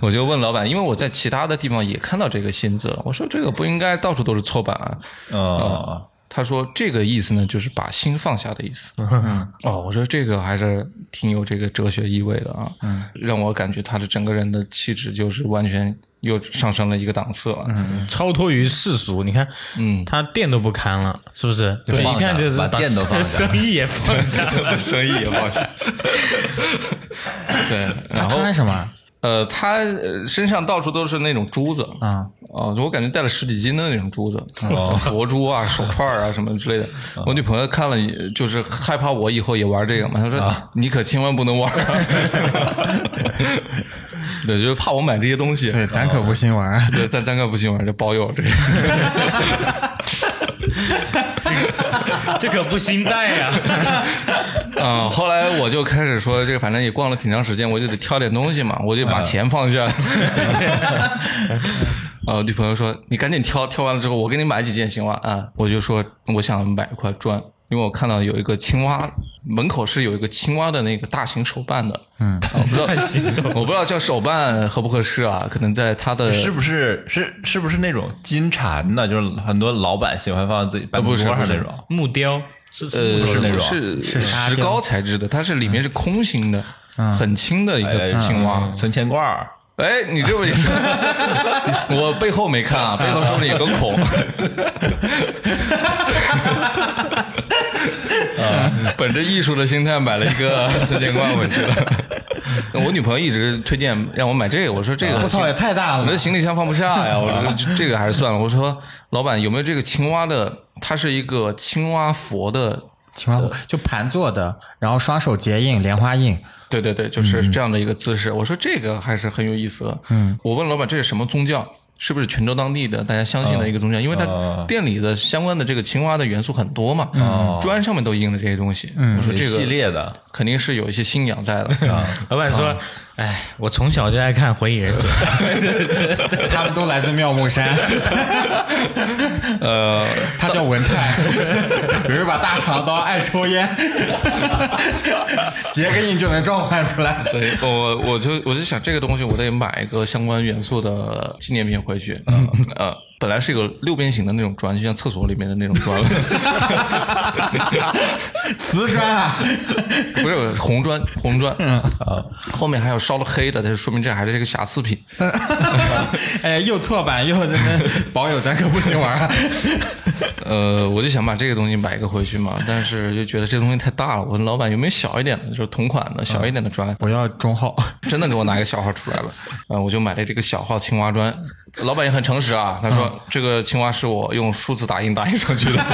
Speaker 2: 我就问老板，因为我在其他的地方也看到这个新字，我说这个不应该到处都是错版啊。
Speaker 5: 哦，
Speaker 2: 他说这个意思呢，就是把心放下的意思。哦，我说这个还是挺有这个哲学意味的啊，嗯，让我感觉他的整个人的气质就是完全又上升了一个档次了。嗯，
Speaker 4: *laughs* 超脱于世俗，你看，嗯，他店都不看了，是不是？对，
Speaker 5: 放
Speaker 4: 一看
Speaker 5: 下
Speaker 4: 就是
Speaker 5: 把
Speaker 4: 把
Speaker 5: 店都放
Speaker 4: *laughs*
Speaker 5: 下
Speaker 4: 生意也放下
Speaker 5: *laughs*
Speaker 2: *laughs*
Speaker 4: 了。
Speaker 2: 生意也放下。对，
Speaker 3: 他
Speaker 2: 然后
Speaker 3: 穿什么？
Speaker 2: 呃，他呃身上到处都是那种珠子
Speaker 3: 啊，
Speaker 2: 哦，我感觉带了十几斤的那种珠子，
Speaker 3: 哦
Speaker 2: *laughs* 佛珠啊、手串啊什么之类的。
Speaker 3: 嗯
Speaker 2: 我女朋友看了，也就是害怕我以后也玩这个嘛，她说、
Speaker 3: 啊
Speaker 2: 你可千万不能玩、 *laughs* 对，就是怕我买这些东西。
Speaker 3: 对，咱可不新玩儿。
Speaker 2: 对，咱咱可不行玩这包邮这个。
Speaker 4: 这可不心带呀、
Speaker 2: *laughs* 啊，后来我就开始说，这个反正也逛了挺长时间，我就得挑点东西嘛，我就把钱放 *laughs* 下。呃，我女朋友说：“你赶紧挑，挑完了之后我给你买几件行吗？”啊，我就说我想买一块砖，因为我看到有一个青蛙，门口是有一个青蛙的那个大型手办的，嗯，我不知道我不知道叫手办合不合适啊，可能在它的
Speaker 5: 是不是是是不是那种金蝉的？就是很多老板喜欢放在自己办公桌上那种。
Speaker 4: *laughs* 木雕是是
Speaker 2: 呃
Speaker 4: 木雕
Speaker 5: 是
Speaker 4: 的
Speaker 5: 那种
Speaker 2: 是
Speaker 3: 是沙
Speaker 2: 石
Speaker 3: 雕
Speaker 2: 膏材质的，它是里面是空心的，很轻的一
Speaker 5: 哎
Speaker 2: 个呃青蛙，
Speaker 5: 嗯存钱罐儿，
Speaker 2: 哎，你这么一
Speaker 3: *laughs*
Speaker 2: 说，我背后没看啊，背后说不定有个
Speaker 3: *laughs*
Speaker 2: 孔。啊，本着艺术的心态买了一
Speaker 3: *laughs*
Speaker 2: 个存钱罐回去了。我女朋友一直推荐让我买这个，我说这个
Speaker 3: 我操，也太大
Speaker 2: 呃我
Speaker 3: 了吧
Speaker 2: 的！行李箱放不下呀，我说
Speaker 3: *laughs*
Speaker 2: 这这个还是算了。我说老板有没有这个青蛙的？它是一个青蛙佛的，
Speaker 3: 青蛙就盘坐的，然后双手结印，莲花印，
Speaker 2: 对对对，
Speaker 5: 嗯
Speaker 2: 就是这样的一个姿势。我说这个还是很有意思的。嗯，我问老板这是什么宗教？是不是泉州当地的大家相信的一个宗教？因为它
Speaker 5: 哦
Speaker 2: 店里的相关的这个青蛙的元素很多嘛，砖上面都印了这些东西。我说
Speaker 5: 一
Speaker 2: 这
Speaker 5: 哦嗯系
Speaker 2: 个
Speaker 5: 列啊的，
Speaker 2: 肯定是有一些信仰在的。
Speaker 4: 老板说：“哎，我从小就爱看《火影忍者》 *laughs*
Speaker 3: *laughs* 他们都来自妙木
Speaker 2: *laughs*
Speaker 3: 山。呃，他叫文
Speaker 2: *laughs*
Speaker 3: 泰，有一把大长刀，爱抽烟，结个印就能召唤出来。
Speaker 2: 所以我我就我就想这个东西我得买一个相关元素的纪念品回去。
Speaker 5: 嗯
Speaker 2: 呃，本来是一个六边形的那种砖，就像厕所里面的那种砖， *laughs*
Speaker 3: 瓷
Speaker 2: *laughs*
Speaker 3: 砖啊，
Speaker 2: 不是红砖，红砖。
Speaker 5: 嗯
Speaker 2: 后面还有烧了黑的，它就说明这还是一个瑕疵品。
Speaker 3: 哎，又错版又那保友，咱可不行
Speaker 2: *laughs*
Speaker 3: 玩啊！
Speaker 2: 呃，我就想把这个东西买一个回去嘛，但是就觉得这个东西太大了。我问老板有没有小一点的，就是同款的小一点的砖，
Speaker 3: 我要中
Speaker 2: *laughs*
Speaker 3: 号，
Speaker 2: 真的给我拿一个小号出来了。呃，我就买了这个小号青蛙砖。老板也很诚实啊，他说、这个青蛙是我用数字打印打印上去的。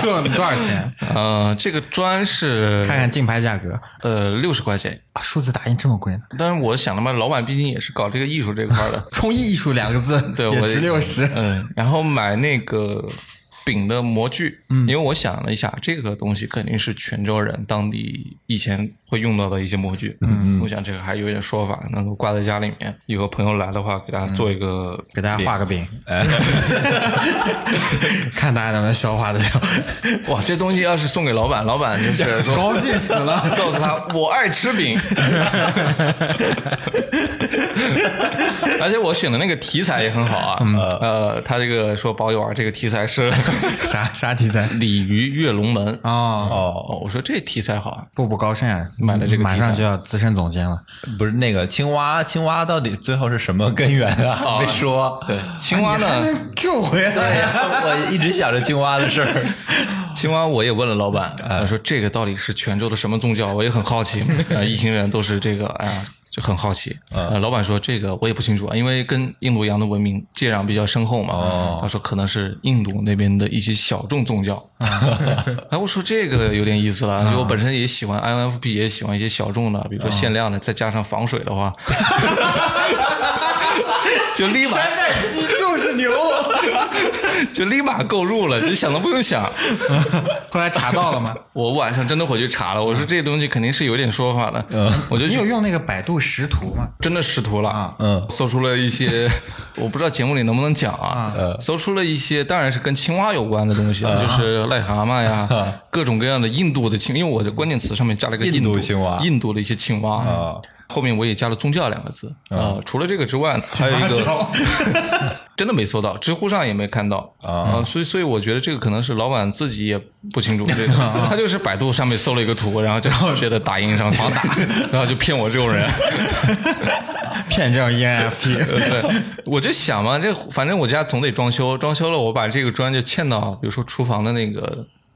Speaker 3: 做多少钱？
Speaker 2: 呃，这个砖是
Speaker 3: 看看竞拍价格，
Speaker 2: 呃六十块钱，
Speaker 3: 啊数字打印这么贵呢？，
Speaker 2: 但是我想了嘛，老板毕竟也是搞这个艺术这块的
Speaker 3: 冲艺术两个字，
Speaker 2: 对，
Speaker 3: 也
Speaker 2: 我
Speaker 3: 值六十。
Speaker 2: 嗯，然后买那个饼的模具，
Speaker 3: 嗯
Speaker 2: 因为我想了一下，这个东西肯定是泉州人当地以前会用到的一些模具，嗯，我想这个还有一点说法，能够挂在家里面，以后朋友来的话，给大家做一个，
Speaker 3: 给大家画个饼，看大家能不能消化得了。
Speaker 2: *laughs* 哇，这东西要是送给老板，老板
Speaker 3: *laughs*
Speaker 2: 就是说
Speaker 3: 高兴死了
Speaker 2: *laughs* 告诉他我爱吃
Speaker 3: *laughs*
Speaker 2: 饼，而且我选的那个题材也很好啊，
Speaker 3: 嗯
Speaker 2: 呃，他这个说包邮啊，这个题材是
Speaker 3: 啥啥题材？
Speaker 2: 鲤鱼跃龙门啊。
Speaker 3: 哦，
Speaker 2: 哦，我说这题材好啊，
Speaker 3: 步步高升啊，
Speaker 2: 买了这个
Speaker 3: 马
Speaker 2: 题材
Speaker 3: 上就要资深总监了。
Speaker 5: 不是那个青蛙，青蛙到底最后是什么根源
Speaker 2: 哦
Speaker 5: 啊？没
Speaker 2: *laughs*
Speaker 5: 说。对，
Speaker 2: 青蛙呢？
Speaker 3: 嗯 *laughs* Q 回来，
Speaker 5: *laughs* 我一直想着青蛙的
Speaker 2: *laughs*
Speaker 5: 事儿。
Speaker 2: 青蛙我也问了老板，他说这个到底是泉州的什么宗教？我也很好 *laughs* 奇。呃，一行人都是这个，哎呀，就很好奇。呃，老板说这个我也不清楚啊，因为跟印度洋的文明接壤比较深厚嘛。他说可能是印度那边的一些小众宗 *laughs* 教。哎，我说这个有点意思了，因为我本身也喜欢嗯 *laughs* INFP，也喜欢一些小众的，比如说限量的，再加上防水的话，就立马
Speaker 3: 山寨鸡就是 *laughs* 牛。
Speaker 2: *laughs* 就立马购入了，就想都不用
Speaker 3: *laughs*
Speaker 2: 想。
Speaker 3: 后来查到了吗？
Speaker 2: 我晚上真的回去查了，我说这东西肯定是有点说法的，
Speaker 3: 嗯
Speaker 2: 我就
Speaker 3: 你有
Speaker 2: 去
Speaker 3: 用那个百度识图吗？
Speaker 2: 真的识图了啊
Speaker 5: 嗯，
Speaker 2: 搜出了一些，我不知道节目里能不能讲啊，搜出了一些，当然是跟青蛙有关的东西，啊就是癞蛤蟆呀，各种各样的印度的青，因为我的关键词上面加了一个
Speaker 5: 印
Speaker 2: 度
Speaker 5: 度青蛙
Speaker 2: 印度的一些青蛙
Speaker 5: 啊。
Speaker 2: 后面我也加了宗教两个字啊、除了这个之外，还有一个
Speaker 3: 青
Speaker 2: *laughs*
Speaker 3: 蛙
Speaker 2: 真的没搜到，知乎上也没看到啊、所以所以我觉得这个可能是老板自己也不清楚这个，他就是百度上面搜了一个图，然后就觉得打印上狂打，然后就骗我这种人。
Speaker 3: 骗这种 E *laughs* ENFP，
Speaker 2: 对，我就想嘛，这反正我家总得装修，装修了我把这个砖就嵌到，比如说厨房的那个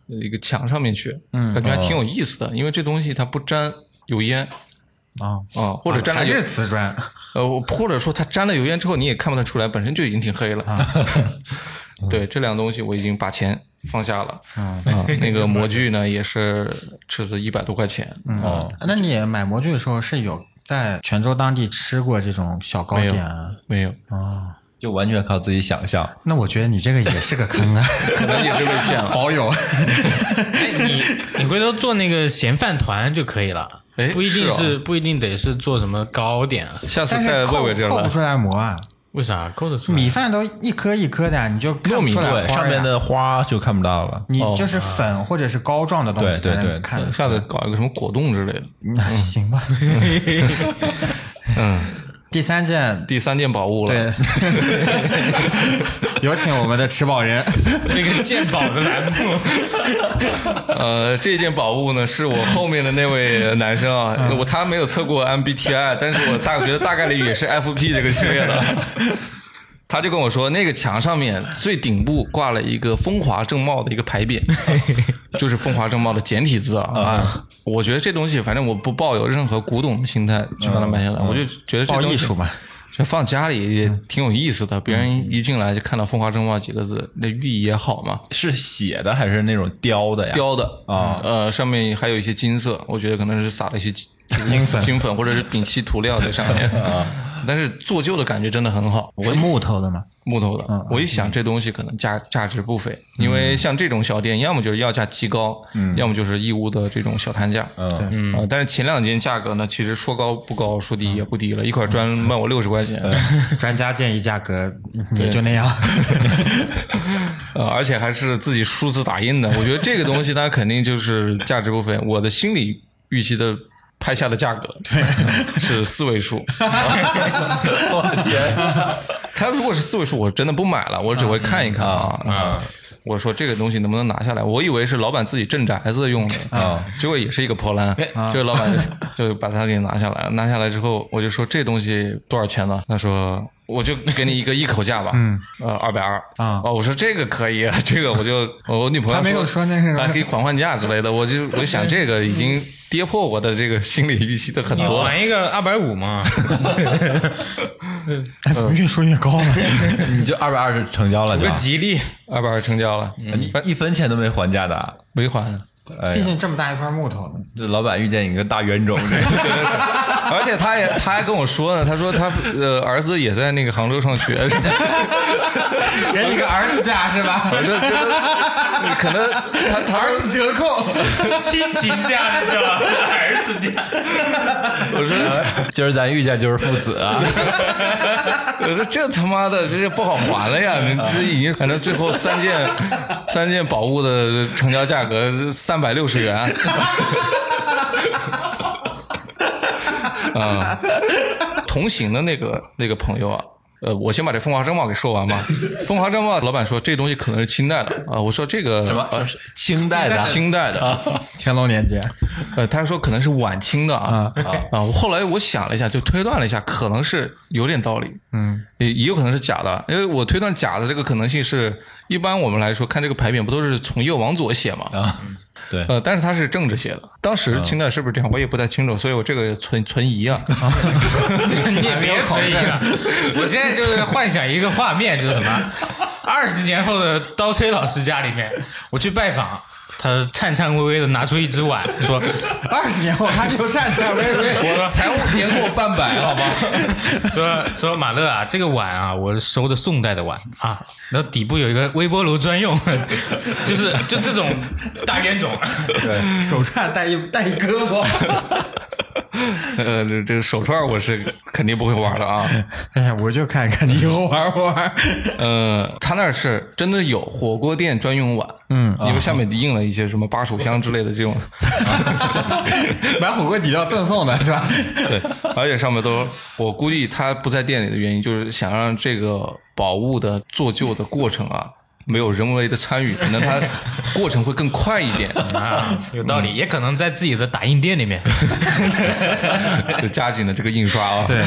Speaker 2: 呃一个墙上面去，嗯，感觉还
Speaker 3: 哦
Speaker 2: 挺有意思的，因为这东西它不沾油烟
Speaker 3: 啊
Speaker 2: 啊，或者沾了
Speaker 3: 还
Speaker 2: 油
Speaker 3: 是，瓷砖，
Speaker 2: 呃，我或者说它沾了油烟之后你也看不太出来，本身就已经挺黑了。
Speaker 3: 啊
Speaker 2: 对，这两个东西我已经把钱放下了啊、那个模具呢也是斥资一百多块钱，啊
Speaker 3: 哦，那你买模具的时候是有在泉州当地吃过这种小糕点啊？
Speaker 2: 没有，
Speaker 5: 就完全靠自己想象。
Speaker 3: 那我觉得你这个也是个坑 *laughs* 啊，
Speaker 2: 可能也是被骗了。
Speaker 3: 保有。
Speaker 4: 哎，你你回头做那个咸饭团就可以了，
Speaker 2: 哎
Speaker 4: 不一定
Speaker 2: 是
Speaker 4: 是不一定得是做什么糕点啊？
Speaker 2: 下次
Speaker 3: *laughs* 但
Speaker 2: 带
Speaker 3: 是
Speaker 2: 魏
Speaker 3: 扣
Speaker 2: 伟这样
Speaker 3: 扣
Speaker 2: 来
Speaker 3: 不，出来膜啊，
Speaker 4: 为啥扣得出来？
Speaker 3: 米 *laughs* 饭都一颗一颗的呀，你就看不出来花
Speaker 5: 对，
Speaker 3: 呀
Speaker 5: 上面的花就看不到了。
Speaker 3: 你就是粉或者是膏状的东西才
Speaker 5: 对对对
Speaker 3: 能看得出
Speaker 2: 下
Speaker 3: 来。
Speaker 2: 次搞一个什么果冻之类的。
Speaker 3: 那行吧。嗯， *laughs* 第三件，
Speaker 2: 第三件宝物了。
Speaker 3: 对， *laughs* 有请我们的吃饱人。
Speaker 4: 这个鉴宝的栏目，
Speaker 2: 呃，这件宝物呢，是我后面的那位男生
Speaker 3: *laughs* 嗯
Speaker 2: 啊，我他没有测过 MBTI，但是我大觉得大概率也是 FP 这个系列的。 *laughs* 他就跟我说，那个墙上面最顶部挂了一个风华正茂的一个牌
Speaker 3: *laughs*
Speaker 2: 匾，就是风华正茂的简体字啊。啊，我觉得这东西，反正我不抱有任何古董的心态去把它买下来，我就觉得这
Speaker 3: 报
Speaker 2: 东西
Speaker 3: 嗯艺术嘛，嗯
Speaker 2: 就放家里也挺有意思的。别人一进来就看到“风华正茂”几个字，那寓意也好嘛。
Speaker 5: 是写的还是那种雕的呀？
Speaker 2: 雕的啊，呃，上面还有一些金色，我觉得可能是撒了一些金
Speaker 3: 金粉
Speaker 2: *laughs* 金粉或者是丙烯涂料在上面 *laughs* 啊。但是做旧的感觉真的很好，
Speaker 3: 是木头的吗？
Speaker 2: 木头的。我一想这东西可能价价值不菲，因为像这种小店，要么就是要价极高，要么就是义乌的这种小摊价。嗯，啊，但是前两件价格呢，其实说高不高，说低也不低了，一块砖卖我六十块钱，
Speaker 3: 专家建议价格也就
Speaker 5: *laughs*
Speaker 3: 那样。
Speaker 2: 呃，而且还是自己数字打印的。我觉得这个东西它肯定就是价值不菲。我的心理预期的拍下的价格是四位数。
Speaker 5: 我天！
Speaker 2: 它如果是四位数，我真的不买了，我只会看一看啊。我说这个东西能不能拿下来？我以为是老板自己镇宅子用的啊， *laughs* 结果也是一个破烂，
Speaker 3: 哎
Speaker 2: 就是老板就把它给拿下来了。拿下来之后，我就说这东西多少钱呢？他说我就给你一个一口价吧，嗯，呃，二百二
Speaker 3: 啊
Speaker 2: 哦，我说这个可以，啊，这个我就我女朋友
Speaker 3: 他没有说那个
Speaker 2: 还可以缓缓价之类的，我就我就想这个已经跌破我的这个心理预期的很
Speaker 4: 你
Speaker 2: 多了。
Speaker 4: 玩一个二百五 *laughs* 嘛？
Speaker 3: 哎，
Speaker 5: 嗯
Speaker 3: 怎么越说越高了？
Speaker 5: *laughs* 你就二百二十成交了
Speaker 4: 有
Speaker 5: 就
Speaker 4: 个，吉利，
Speaker 2: 二百二成交了，
Speaker 5: 你一分钱都没还价的啊。
Speaker 2: 没还。
Speaker 5: 哎
Speaker 3: 毕
Speaker 5: 呀，
Speaker 3: 竟这么大一块木头呢。
Speaker 5: 这老板遇见你个大冤种，这
Speaker 2: *laughs* 而且他也他还跟我说呢，他说他呃儿子也在那个杭州上
Speaker 3: *laughs*
Speaker 2: 学，是吧
Speaker 3: 给你个儿子价是 *laughs* 吧？
Speaker 2: 我说真的，你可能他他
Speaker 3: 儿子折扣，
Speaker 4: 亲情价你知道吧？儿子价，
Speaker 2: 我说
Speaker 5: 啊今儿咱遇见就是父子啊。
Speaker 2: *laughs* 我说这他妈的这不好还了呀，你这已经反正最后三件三件宝物的成交价格三百六十元。 *laughs* 啊、同行的那个那个朋友啊，呃，我先把这风华正茂给说完嘛。风华正茂老板说这东西可能是清代的啊、我说这个什呃
Speaker 5: 么清代的
Speaker 2: 清代的，
Speaker 3: 乾隆年间，
Speaker 2: 呃，他说可能是晚清的啊啊我后来我想了一下，就推断了一下，可能是有点道理，嗯，也也有可能是假的，因为我推断假的这个可能性是，一般我们来说看这个牌匾不都是从右往左写嘛，啊，
Speaker 5: 对
Speaker 2: 呃，但是它是正着写的，当时清代是不是这样，我也不太清楚，所以我这个存存疑啊，
Speaker 4: 啊你也别随意了。我现在就是幻想一个画面，就是什么二十年后的刀崔老师家里面，我去拜访，他颤颤巍巍的拿出一只碗，说 *laughs*
Speaker 3: 二十年后他就颤颤巍巍。
Speaker 5: 我才年过半百，好吗？
Speaker 4: 说说马乐啊，这个碗啊，我收的宋代的碗啊，然后底部有一个微波炉专用， *laughs* 就是就这种大冤种。
Speaker 3: 手串带一带一胳膊，
Speaker 2: 呃，这这个手串我是肯定不会玩的啊。
Speaker 3: 哎呀，我就看一看你以后
Speaker 2: *laughs*
Speaker 3: 玩不玩。
Speaker 2: 呃，他那儿是真的有火锅店专用碗，嗯，因为下面印了一些什么巴蜀香之类的这种，
Speaker 3: 买火锅底料赠送的是吧？
Speaker 2: 对， *laughs* 而且上面都，我估计他不在店里的原因就是想让这个宝物的做旧的过程啊。没有人为的参与，可能它过程会更快一
Speaker 3: *laughs*
Speaker 2: 点，
Speaker 4: 啊，有道理，也可能在自己的打印店里面。
Speaker 2: 就加紧了这个印刷啊，对，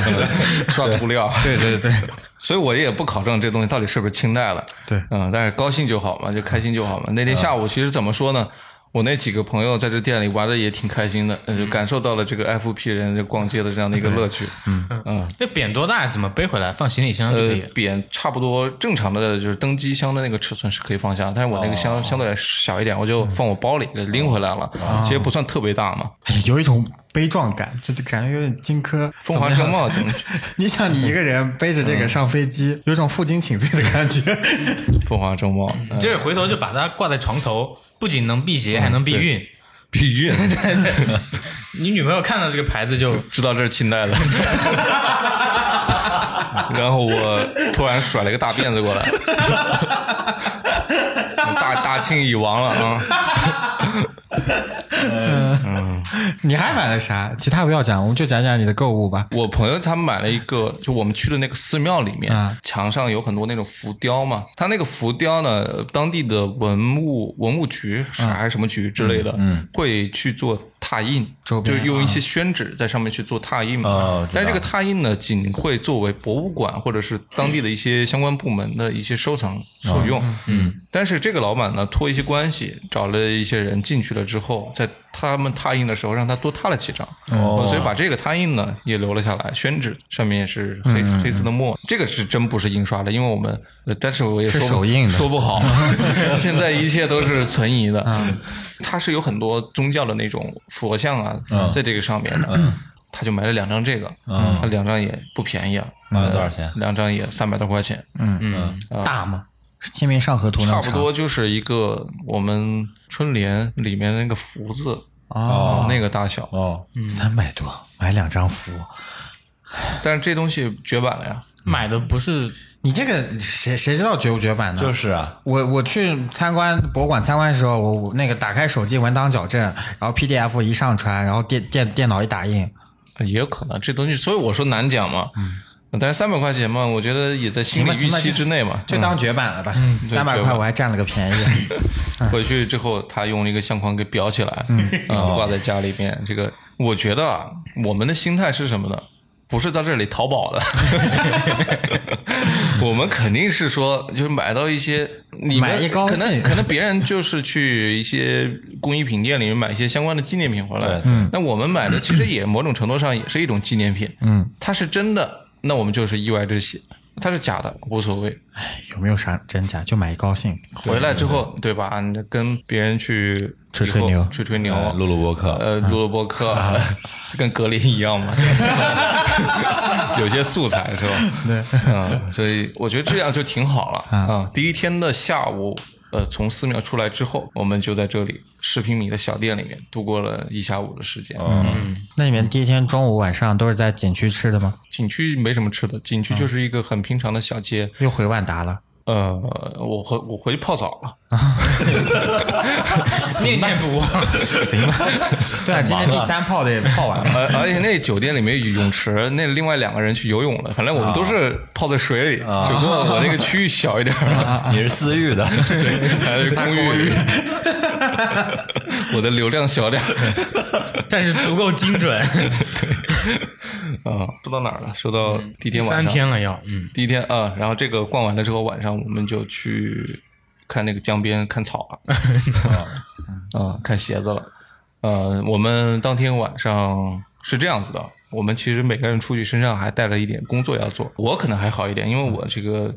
Speaker 2: 刷涂料，
Speaker 3: 对对对，
Speaker 2: 所以我也不考证这东西到底是不是清代了。
Speaker 3: 对嗯
Speaker 2: 嗯，但是高兴就好嘛，就开心就好嘛。那天下午其实怎么说呢？我那几个朋友在这店里玩的也挺开心的，呃就感受到了这个 FP 人就逛街的这样的一个乐趣。嗯嗯，
Speaker 4: 这扁多大？怎么背回来？放行李箱就可
Speaker 2: 呃
Speaker 4: 以。，
Speaker 2: 扁差不多正常的就是登机箱的那个尺寸是可以放下，但是我那个箱相对来小一点，我就放我包里给拎回来了，其实不算特别大嘛。
Speaker 3: 哎有一种悲壮感，就感觉有点荆轲
Speaker 2: 凤凰
Speaker 3: 怎 *laughs*
Speaker 2: 城
Speaker 3: 么样
Speaker 2: 嘛，怎么？
Speaker 3: 你想，你一个人背着这个上飞机，有种负荆请罪的感觉。
Speaker 2: 凤凰城猫，嗯
Speaker 4: 就是回头就把它挂在床头，不仅能避邪，还能避孕。
Speaker 2: 避孕，
Speaker 4: 你女朋友看到这个牌子就
Speaker 2: 知道这是清代的。然后我突然甩了一个大辫子过来，大大清已亡了啊！
Speaker 3: 你还买了啥？其他不要讲，我们就讲讲你的购物吧。
Speaker 2: 我朋友他们买了一个，就我们去的那个寺庙里面，
Speaker 3: 啊
Speaker 2: 墙上有很多那种浮雕嘛。他那个浮雕呢，当地的文物文物局是还是什么局之类的，会去做拓印，
Speaker 3: 周
Speaker 2: 就
Speaker 3: 边
Speaker 2: 是用一些宣纸在上面去做拓印嘛。
Speaker 5: 哦知道
Speaker 2: 但这
Speaker 3: 啊
Speaker 2: 个拓印呢，仅会作为博物馆或者是当地的一些相关部门的一些收藏
Speaker 3: 啊
Speaker 2: 所用。嗯，但是这个老板呢，托一些关系，找了一些人进去了之后，在他们拓印的时候，让他多拓了几张，啊
Speaker 5: 哦
Speaker 2: 所以把这个拓印呢也留了下来。宣纸上面也是
Speaker 3: 嗯
Speaker 2: 黑、黑色的墨，这个是真不是印刷的，因为我们，呃但是我也
Speaker 3: 是
Speaker 2: 说不
Speaker 3: 手印的
Speaker 2: 说不
Speaker 3: *laughs*
Speaker 2: 好，现在一切都是存疑的。
Speaker 3: 嗯
Speaker 2: 它是有很多宗教的那种佛像啊，
Speaker 3: 嗯
Speaker 2: 在这个上面的。他就买了两张这个，嗯，他两张也不便宜啊，
Speaker 5: 买了
Speaker 2: 呃
Speaker 5: 多少钱
Speaker 2: 两张也三百多块钱，
Speaker 3: 大吗？是《清明上河图》那
Speaker 2: 差
Speaker 3: 么
Speaker 2: 不
Speaker 3: 长
Speaker 2: 多就是一个我们春联里面那个福字哦，那个大小。
Speaker 5: 哦，
Speaker 3: 三百多，买两张符。
Speaker 2: 但是这东西绝版了呀，
Speaker 4: 买的不 *laughs* 是
Speaker 3: 你这个谁谁知道绝不绝版呢？
Speaker 5: 就是啊，
Speaker 3: 我我去参观博物馆参观的时候，我我那个打开手机文档矫正，然后 PDF 一上传，然后电电电脑一打印，
Speaker 2: 也有可能这东西，所以我说难讲嘛。但是三百块钱嘛，我觉得也在心
Speaker 3: 嗯行
Speaker 2: 理
Speaker 3: 吧
Speaker 2: 预
Speaker 3: 行吧
Speaker 2: 期
Speaker 3: 就
Speaker 2: 之内嘛。
Speaker 3: 就当绝嗯版了吧。三百
Speaker 2: 对绝
Speaker 3: 块
Speaker 2: 版
Speaker 3: 我还占了个便 *laughs* 宜。
Speaker 2: 回去之后，他用了一个相框给裱起来，嗯，挂在家里面。这个我觉得啊，我们的心态是什么呢？不是在这里淘宝的，我们肯定是说，就是买到一些你们
Speaker 3: 买一高
Speaker 2: 可
Speaker 3: 兴
Speaker 2: 能可能别人就是去一些工艺品店里面买一些相关的纪念品回来
Speaker 5: 对，
Speaker 2: 嗯，那我们买的其实也某种程度上也是一种纪念品，嗯，它是真的，那我们就是意外之喜；它是假的，无所谓。
Speaker 3: 有没有啥真假？就买一高兴。
Speaker 2: 回来之后，对吧？你跟别人去
Speaker 3: 吹
Speaker 2: 以
Speaker 3: 吹
Speaker 2: 后
Speaker 3: 牛
Speaker 2: 吹吹牛，
Speaker 5: 录录播客，
Speaker 2: 呃，录了播客，就跟格林一样嘛，有些素材是吧？对，嗯，所以我觉得这样就挺好了啊。第一天的下午，呃，从寺庙出来之后，我们就在这里十平米的小店里面度过了一下午的时间。
Speaker 3: 那你们第一天中午晚上都是在景区吃的吗？
Speaker 2: 景区没什么吃的，景区就是一个很平常的小街。
Speaker 3: 又回万达了。
Speaker 2: 呃，我回我回去泡澡了。
Speaker 4: 念念不忘。 *laughs*
Speaker 3: 对啊，今天第三泡的也泡完了。
Speaker 2: 而而且那酒店里面有泳池，那另外两个人去游泳了，反正我们都是泡在水里，只不过我那个区域小一点儿，
Speaker 5: 你是私域
Speaker 2: *laughs*
Speaker 5: 的，
Speaker 2: 还是公寓， *laughs* 我的流量小点儿
Speaker 4: 但是足够精 *laughs* 准。
Speaker 2: 啊。说到哪儿了？说到第一天晚上，
Speaker 4: 三天了要，嗯，
Speaker 2: 第一天啊，然后这个逛完了之后，晚上我们就去看那个江边看草了，
Speaker 5: *laughs*
Speaker 2: 啊，看鞋子了。呃，我们当天晚上是这样子的，我们其实每个人出去身上还带了一点工作要做，我可能还好一点，因为我这个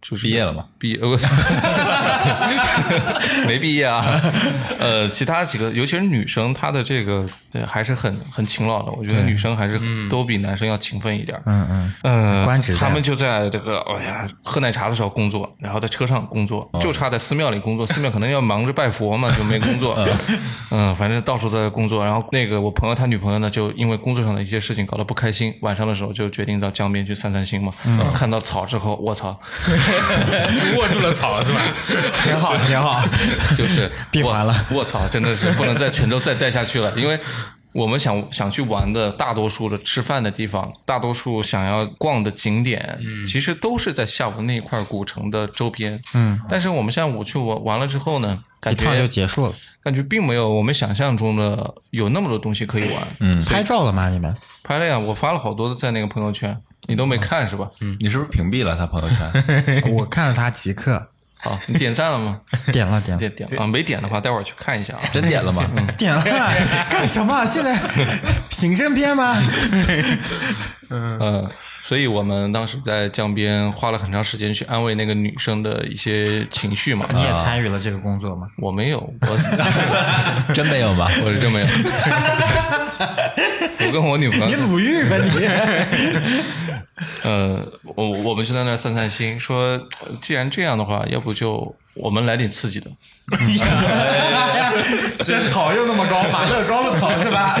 Speaker 2: 就是
Speaker 5: 毕业了吗？
Speaker 2: 毕业，
Speaker 5: *laughs*
Speaker 2: *laughs* 我没毕业啊。呃，其他几个，尤其是女生，她的这个呃还是很很勤劳的。我觉得女生还是
Speaker 5: 嗯
Speaker 2: 都比男生要勤奋一点。嗯
Speaker 3: 嗯
Speaker 2: 嗯，
Speaker 3: 官职在
Speaker 2: 他们就在这个，哎呀，喝奶茶的时候工作，然后在车上工作，
Speaker 3: 哦
Speaker 2: 就差在寺庙里工作。寺庙可能要忙着拜佛嘛，就没工作。嗯，反正到处都在工作。然后那个我朋友他女朋友呢，就因为工作上的一些事情搞得不开心，晚上的时候就决定到江边去散散心嘛。
Speaker 3: 嗯
Speaker 2: 看到草之后，我操，
Speaker 4: *laughs* 握住了草 *laughs* 是吧？
Speaker 3: *laughs* 挺好，挺 *laughs* 好。
Speaker 2: 就是
Speaker 3: 闭环了
Speaker 2: 我。我操，真的是不能在泉州再待下去了，因为。我们想想去玩的大多数的吃饭的地方，大多数想要逛的景点，
Speaker 3: 嗯
Speaker 2: 其实都是在下午那一块古城的周边。嗯，但是我们下午去玩完了之后呢，感
Speaker 3: 一趟就
Speaker 2: 觉
Speaker 3: 结束了，
Speaker 2: 感觉并没有我们想象中的有那么多东西可以玩。嗯，
Speaker 3: 拍照了吗？你 *laughs* 们
Speaker 2: 拍了呀，我发了好多的在那个朋友圈，你都没看是吧？
Speaker 3: 嗯
Speaker 5: *laughs* 你是不是屏蔽了他朋友圈？
Speaker 3: 我看了他即刻
Speaker 2: 好，你点赞了吗？
Speaker 3: 点了点了
Speaker 2: 点点啊，没点的话，待会儿去看一下啊。
Speaker 5: 真点了吗？
Speaker 3: 点了，干什 *laughs* 么？现在行政编吗？
Speaker 2: 嗯，所以我们当时在江边花了很长时间去安慰那个女生的一些情绪嘛。
Speaker 3: 你也参与了这个工作吗？
Speaker 2: 我没有，我
Speaker 5: 真没有吗？
Speaker 2: 我是真没有。 *laughs* 我跟我女朋友，
Speaker 3: 鲁豫吧你？
Speaker 2: 呃，我我们就在那儿散散心，说呃既然这样的话，要不就我们来点刺激的。
Speaker 3: *laughs* 这草又那么高，马乐高的草是 *laughs* 吧？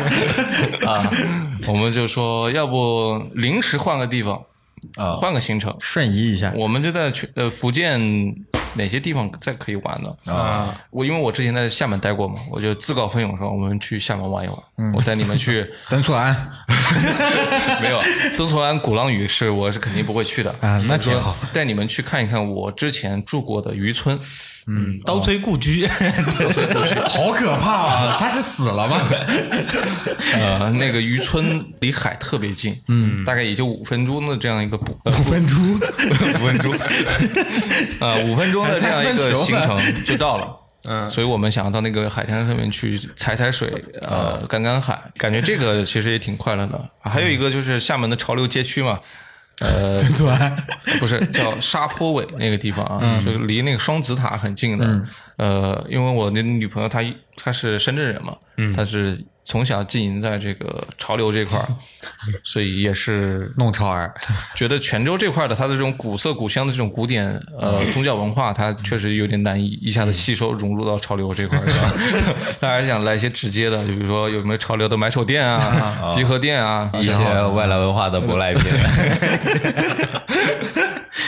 Speaker 2: 我们就说，要不临时换个地方，
Speaker 5: 啊
Speaker 2: 换个行程。
Speaker 3: 瞬移一下，
Speaker 2: 我们就在去呃福建哪些地方再可以玩呢？啊，我因为我之前在厦门待过嘛，我就自告奋勇说我们去厦门玩一玩，我带你们去。
Speaker 3: 曾厝垵
Speaker 2: 没 *laughs* 有，曾厝垵鼓浪屿是我是肯定不会去的，
Speaker 3: 啊，那挺好。
Speaker 2: 带你们去看一看我之前住过的渔村。嗯
Speaker 4: 刀吹故居，
Speaker 3: *laughs* 好可怕啊！他是死 *laughs* 了吗？
Speaker 2: 呃，那个渔村离海特别近，嗯，大概也就五分钟的这样一个步呃
Speaker 3: 五分猪，
Speaker 2: 五分钟，呃，五分钟的这样一个行程就到了。嗯，所以我们想要到那个海滩上面去踩踩水，呃，赶赶海，感觉这个其实也挺快乐的。啊还有一个就是厦门的潮流街区嘛，呃，
Speaker 3: 曾厝垵，
Speaker 2: 不是叫沙坡尾那个地方啊，就离那个双子塔很近的。呃，因为我那女朋友她一她是深圳人嘛，她是从小浸淫在这个潮流这块儿，所以也是
Speaker 3: 弄潮儿，
Speaker 2: 觉得泉州这块的它的这种古色古香的这种古典呃宗教文化，它确实有点难以一下子吸收融入到潮流这块儿。 *laughs* 是吧大家想来一些直接的，就比如说有没有潮流的买手店 *laughs* 啊、集合店啊，
Speaker 5: 一些外来文化的舶来品，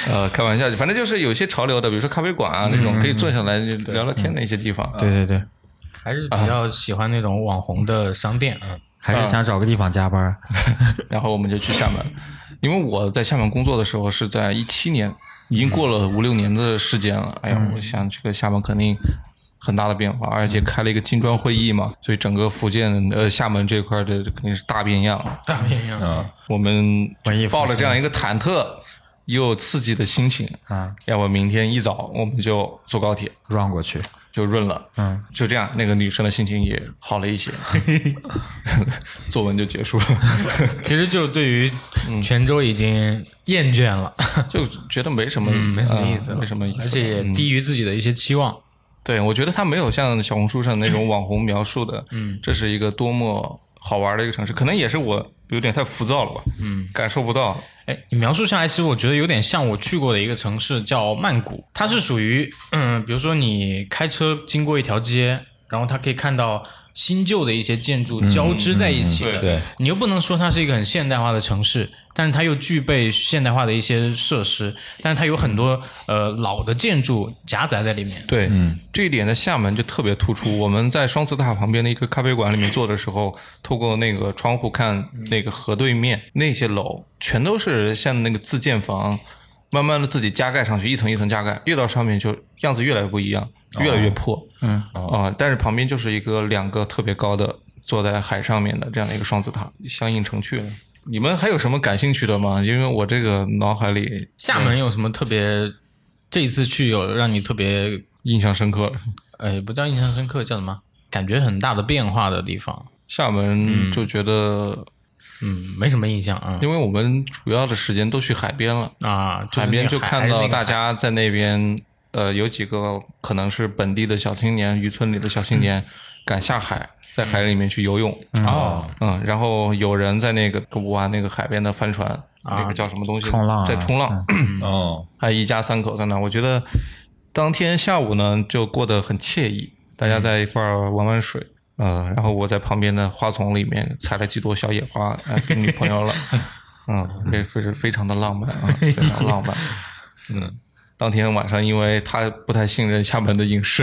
Speaker 2: 呃，开玩笑，反正就是有些潮流的，比如说咖啡馆啊那种可以坐下来聊聊天的一些地方。
Speaker 3: 对对对，
Speaker 4: *laughs* 还是比较喜欢那种网红的商店啊。
Speaker 3: 还是想找个地方加班。
Speaker 2: 然后我们就去厦门，因为我在厦门工作的时候是在一七年，已经过了五六年的时间了。哎呀，我想这个厦门肯定很大的变化，而且开了一个金砖会议嘛，所以整个福建呃厦门这块的肯定是大变样了。
Speaker 4: 大便样
Speaker 5: 嗯，
Speaker 2: 我们
Speaker 3: 文艺复兴
Speaker 2: 抱着这样一个忐忑又刺激的心情，
Speaker 3: 啊，
Speaker 2: 要不明天一早我们就坐高铁。
Speaker 3: run 过去，
Speaker 2: 就润了，
Speaker 3: 嗯，
Speaker 2: 就这样，那个女生的心情也好了一些， *laughs* 作文就结束了，
Speaker 4: 其实就对于泉州已经厌倦 *laughs* 了，
Speaker 2: 就觉得没什么，
Speaker 4: 嗯没什么意思
Speaker 2: 啊
Speaker 4: 了，
Speaker 2: 没什么意思，
Speaker 4: 而且也
Speaker 2: 嗯
Speaker 4: 低于自己的一些期望。
Speaker 2: 对我觉得它没有像小红书上那种网红描述的，嗯，这是一个多么好玩的一个城市，可能也是我有点太浮躁了吧，嗯，感受不到，
Speaker 4: 哎，你描述下来，其实我觉得有点像我去过的一个城市，叫曼谷。它是属于，嗯，比如说你开车经过一条街，然后它可以看到新旧的一些建筑交织在一起的。
Speaker 2: 嗯嗯嗯
Speaker 5: 对
Speaker 4: 你又不能说它是一个很现代化的城市，但是它又具备现代化的一些设施，但是它有很多呃老的建筑夹杂在里面。
Speaker 2: 对，嗯，这一点在厦门就特别突出。我们在双子塔旁边的一个咖啡馆里面坐的时候，透过那个窗户看那个河对面那些楼，全都是像那个自建房，慢慢的自己加盖上去，一层一层加盖，越到上面就样子越来越不一样，越来越破。嗯啊、但是旁边就是一个两个特别高的坐在海上面的这样的一个双子塔，相映成趣了。你们还有什么感兴趣的吗？因为我这个脑海里
Speaker 4: 厦门有什么特别？这一次去有让你特别，
Speaker 2: 印象深刻。
Speaker 4: 呃，不叫印象深刻，叫什么？感觉很大的变化的地方。
Speaker 2: 厦门就觉得
Speaker 4: 嗯，没什么印象啊
Speaker 2: 因为我们主要的时间都去海边了，
Speaker 4: 啊，就是
Speaker 2: 海边就
Speaker 4: 那个
Speaker 2: 看
Speaker 4: 还
Speaker 2: 到
Speaker 4: 是那个
Speaker 2: 大家在那边，呃，有几个可能是本地的小青年，渔村里的小青年敢下海，在海里面去游泳。
Speaker 5: 哦，
Speaker 2: 嗯，然后有人在那个武汉那个海边的帆船，那个叫什么东西？
Speaker 3: 冲浪啊
Speaker 2: 在冲浪，
Speaker 5: 哦，
Speaker 2: 还一家三口在那。我觉得当天下午呢，就过得很惬意，大
Speaker 3: 嗯
Speaker 2: 家在一块儿玩玩水。嗯、然后我在旁边的花丛里面采了几朵小野花，哎，给女朋
Speaker 3: *laughs*
Speaker 2: 友了。嗯，这非是非常的浪漫啊，非常浪
Speaker 3: *laughs*
Speaker 2: 漫。嗯，当天晚上因为他不太信任厦门的影视， *laughs*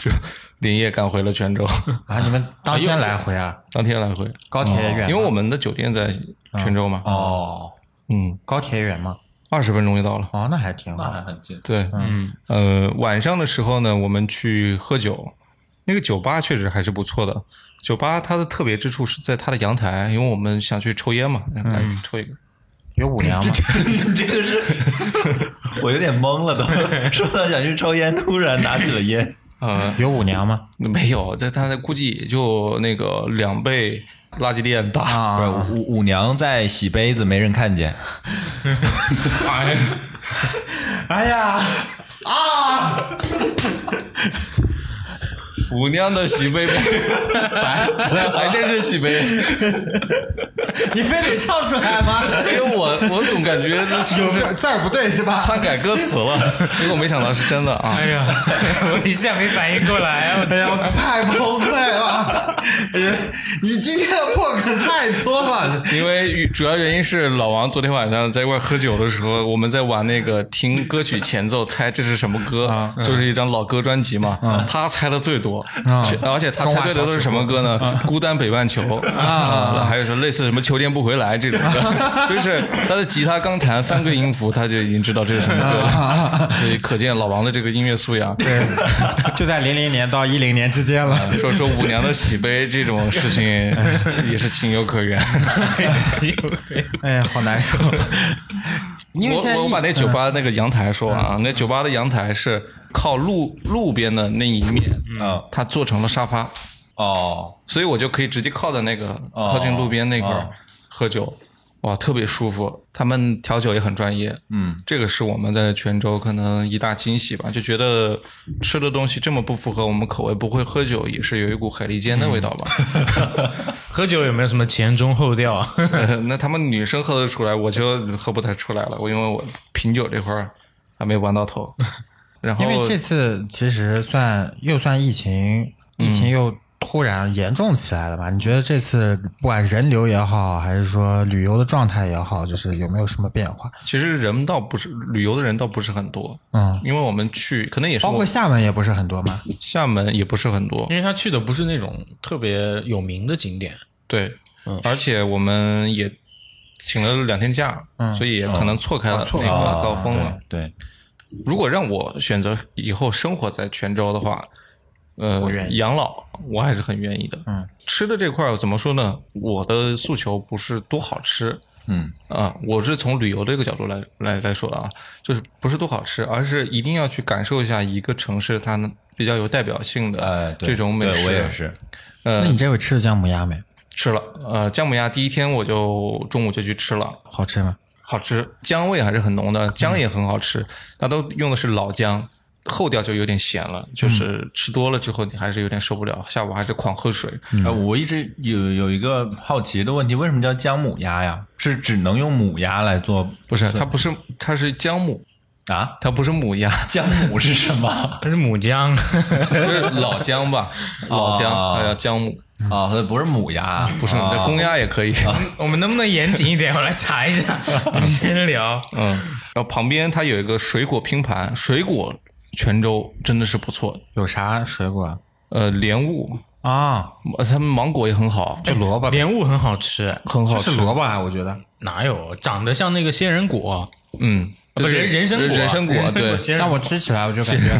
Speaker 2: 就连夜赶回了泉州，
Speaker 3: 啊，你们当天来回啊？
Speaker 2: 当天来回。
Speaker 3: 高铁也远吗，
Speaker 2: 因为我们的酒店在泉州嘛，
Speaker 3: 哦，
Speaker 2: 嗯，
Speaker 3: 高铁也远吗？
Speaker 2: 二十分钟就到了。
Speaker 3: 哦，那还挺
Speaker 5: 那
Speaker 3: 好
Speaker 5: 还。很近。
Speaker 2: 对，嗯，呃，晚上的时候呢，我们去喝酒，那个酒吧确实还是不错的。酒吧它的特别之处是在它的阳台，因为我们想去抽烟嘛，来抽一个。
Speaker 3: 有五粮吗？
Speaker 5: 你这个是，我有点懵了都。说到想去抽烟，突然拿起了烟。
Speaker 2: 呃，
Speaker 3: 有五粮吗？
Speaker 2: 没有，这它估计也就那个两倍垃圾店大。
Speaker 5: 不是
Speaker 3: 啊，
Speaker 5: 五五娘在洗杯子，没人看见。
Speaker 3: *laughs* 哎呀，
Speaker 2: 五娘的喜
Speaker 3: *laughs*
Speaker 2: 杯，烦死了，还真是喜杯，
Speaker 3: 你非得唱出来吗？
Speaker 2: 因为我我总感觉是
Speaker 3: 有
Speaker 2: 不
Speaker 3: 没
Speaker 2: 是
Speaker 3: 有字儿不对是吧？
Speaker 2: 篡改歌词了，结果没想到是真的啊。
Speaker 4: 哎呀，我一下没反应过来啊！我
Speaker 3: 哎呀，我太崩溃了！哎呀，你今天的破梗太多了。
Speaker 2: *laughs* 因为主要原因是老王昨天晚上在一块儿喝酒的时候，我们在玩那个听歌曲前奏，猜这是什么歌，就是一张老歌专辑嘛。他猜的最多，全而且他猜对的都是什么歌呢？孤单北半球啊，还有说类似什么秋天不回来这种歌，就是他的吉他刚弹三个音符，他就已经知道这是什么歌了。所以可见老王的这个音乐素养。
Speaker 3: 对， *laughs* 就在零零年到一零年之间了。
Speaker 2: 说说舞娘的喜悲这种事情也是情有可原。
Speaker 3: 哎呀，好难受。因为现在
Speaker 2: 我我
Speaker 3: 疫嗯
Speaker 2: 把那酒吧那个阳台说完啊，那酒吧的阳台是靠路路边的那一面，
Speaker 3: 嗯
Speaker 5: 啊
Speaker 2: 它做成了沙发，
Speaker 5: 哦，
Speaker 2: 所以我就可以直接靠在那个
Speaker 5: 哦
Speaker 2: 靠近路边那
Speaker 5: 哦
Speaker 2: 个喝酒，哇，特别舒服。他们调酒也很专业，
Speaker 5: 嗯，
Speaker 2: 这个是我们在泉州可能一大惊喜吧，就觉得吃的东西这么不符合我们口味，不会喝酒也是有一股海蛎煎的味道
Speaker 3: *laughs*
Speaker 2: 吧。
Speaker 4: *laughs* 喝酒有没有什么前中后调 *laughs* 啊？
Speaker 2: 呃 *laughs* 那他们女生喝得出来，我就喝不太出来了。我因为我品酒这块儿还没玩到
Speaker 3: *laughs*
Speaker 2: 头，然后
Speaker 3: 因为这次其实算又算疫情，疫情又突然严重起来了吧？你觉得这次不管人流也好，还是说旅游的状态也好，就是有没有什么变化？
Speaker 2: 其实人倒不是旅游的人倒不是很多，
Speaker 3: 嗯，
Speaker 2: 因为我们去可能也是
Speaker 3: 包括嗯
Speaker 2: 我
Speaker 3: 厦门也不是很多嘛。
Speaker 2: 厦门也不是很多，
Speaker 4: 因为他去的不是那种特别有名的景点，
Speaker 2: 对，
Speaker 3: 嗯
Speaker 2: 而且我们也请了两天假，
Speaker 3: 嗯
Speaker 2: 所以也可能错开
Speaker 3: 哦
Speaker 2: 了那
Speaker 3: 啊
Speaker 2: 个高峰了。
Speaker 5: 啊对，
Speaker 2: 如果让我选择以后生活在泉州的话，呃，
Speaker 3: 我愿意
Speaker 2: 养老我还是很愿意的。嗯，吃的这块儿怎么说呢？我的诉求不是多好吃
Speaker 5: 嗯，
Speaker 2: 啊、我是从旅游这个角度来来来说的啊，就是不是多好吃，而是一定要去感受一下一个城市它比较有代表性的、
Speaker 5: 哎，对
Speaker 2: 呃这种美
Speaker 5: 对
Speaker 2: 食。
Speaker 5: 我也是。
Speaker 2: 呃
Speaker 3: 那你这回吃的姜母鸭没？
Speaker 2: 吃了，呃，姜母鸭第一天我就中午就去吃了。
Speaker 3: 好吃吗？
Speaker 2: 好吃，姜味还是很浓的，姜也很好吃，那都用的是老姜，后调就有点咸了，就是吃多了之后你还是有点受不了，下午还是狂喝水。
Speaker 5: 啊，我一直有有一个好奇的问题，为什么叫姜母鸭呀？是只能用母鸭来做
Speaker 2: 不是，它不是，它是姜母，
Speaker 5: 啊？ *laughs*
Speaker 2: 它不是母鸭，
Speaker 5: 姜母是
Speaker 2: *laughs*
Speaker 5: 什么啊
Speaker 4: 它是母姜，
Speaker 2: 就是 *laughs* 老姜 *laughs* 吧，老姜，
Speaker 5: 哦
Speaker 2: 它叫姜母，？
Speaker 5: 啊所以不是母鸭，
Speaker 2: 啊
Speaker 5: 啊
Speaker 2: 不是你在公鸭也可以。
Speaker 4: *laughs* 我们能不能严谨一点？我来查一 *laughs* 下，你们先聊。
Speaker 2: 嗯，然后旁边它有一个水果拼盘，水果泉州真的是不错，
Speaker 3: 有啥水果
Speaker 2: 呃，莲雾，
Speaker 3: 啊？
Speaker 2: 呃他们芒果也很好，
Speaker 3: 就萝卜呗，
Speaker 4: 莲雾很好吃，
Speaker 2: 很好
Speaker 3: 这
Speaker 2: 吃
Speaker 3: 是。萝卜啊，我觉得。
Speaker 4: 哪有长得像那个仙人果？
Speaker 2: 嗯，
Speaker 4: 不是
Speaker 2: 对
Speaker 4: 人人参果，
Speaker 2: 人参果，对，
Speaker 4: 仙人
Speaker 3: 但
Speaker 4: 果
Speaker 3: 我吃起来我就感觉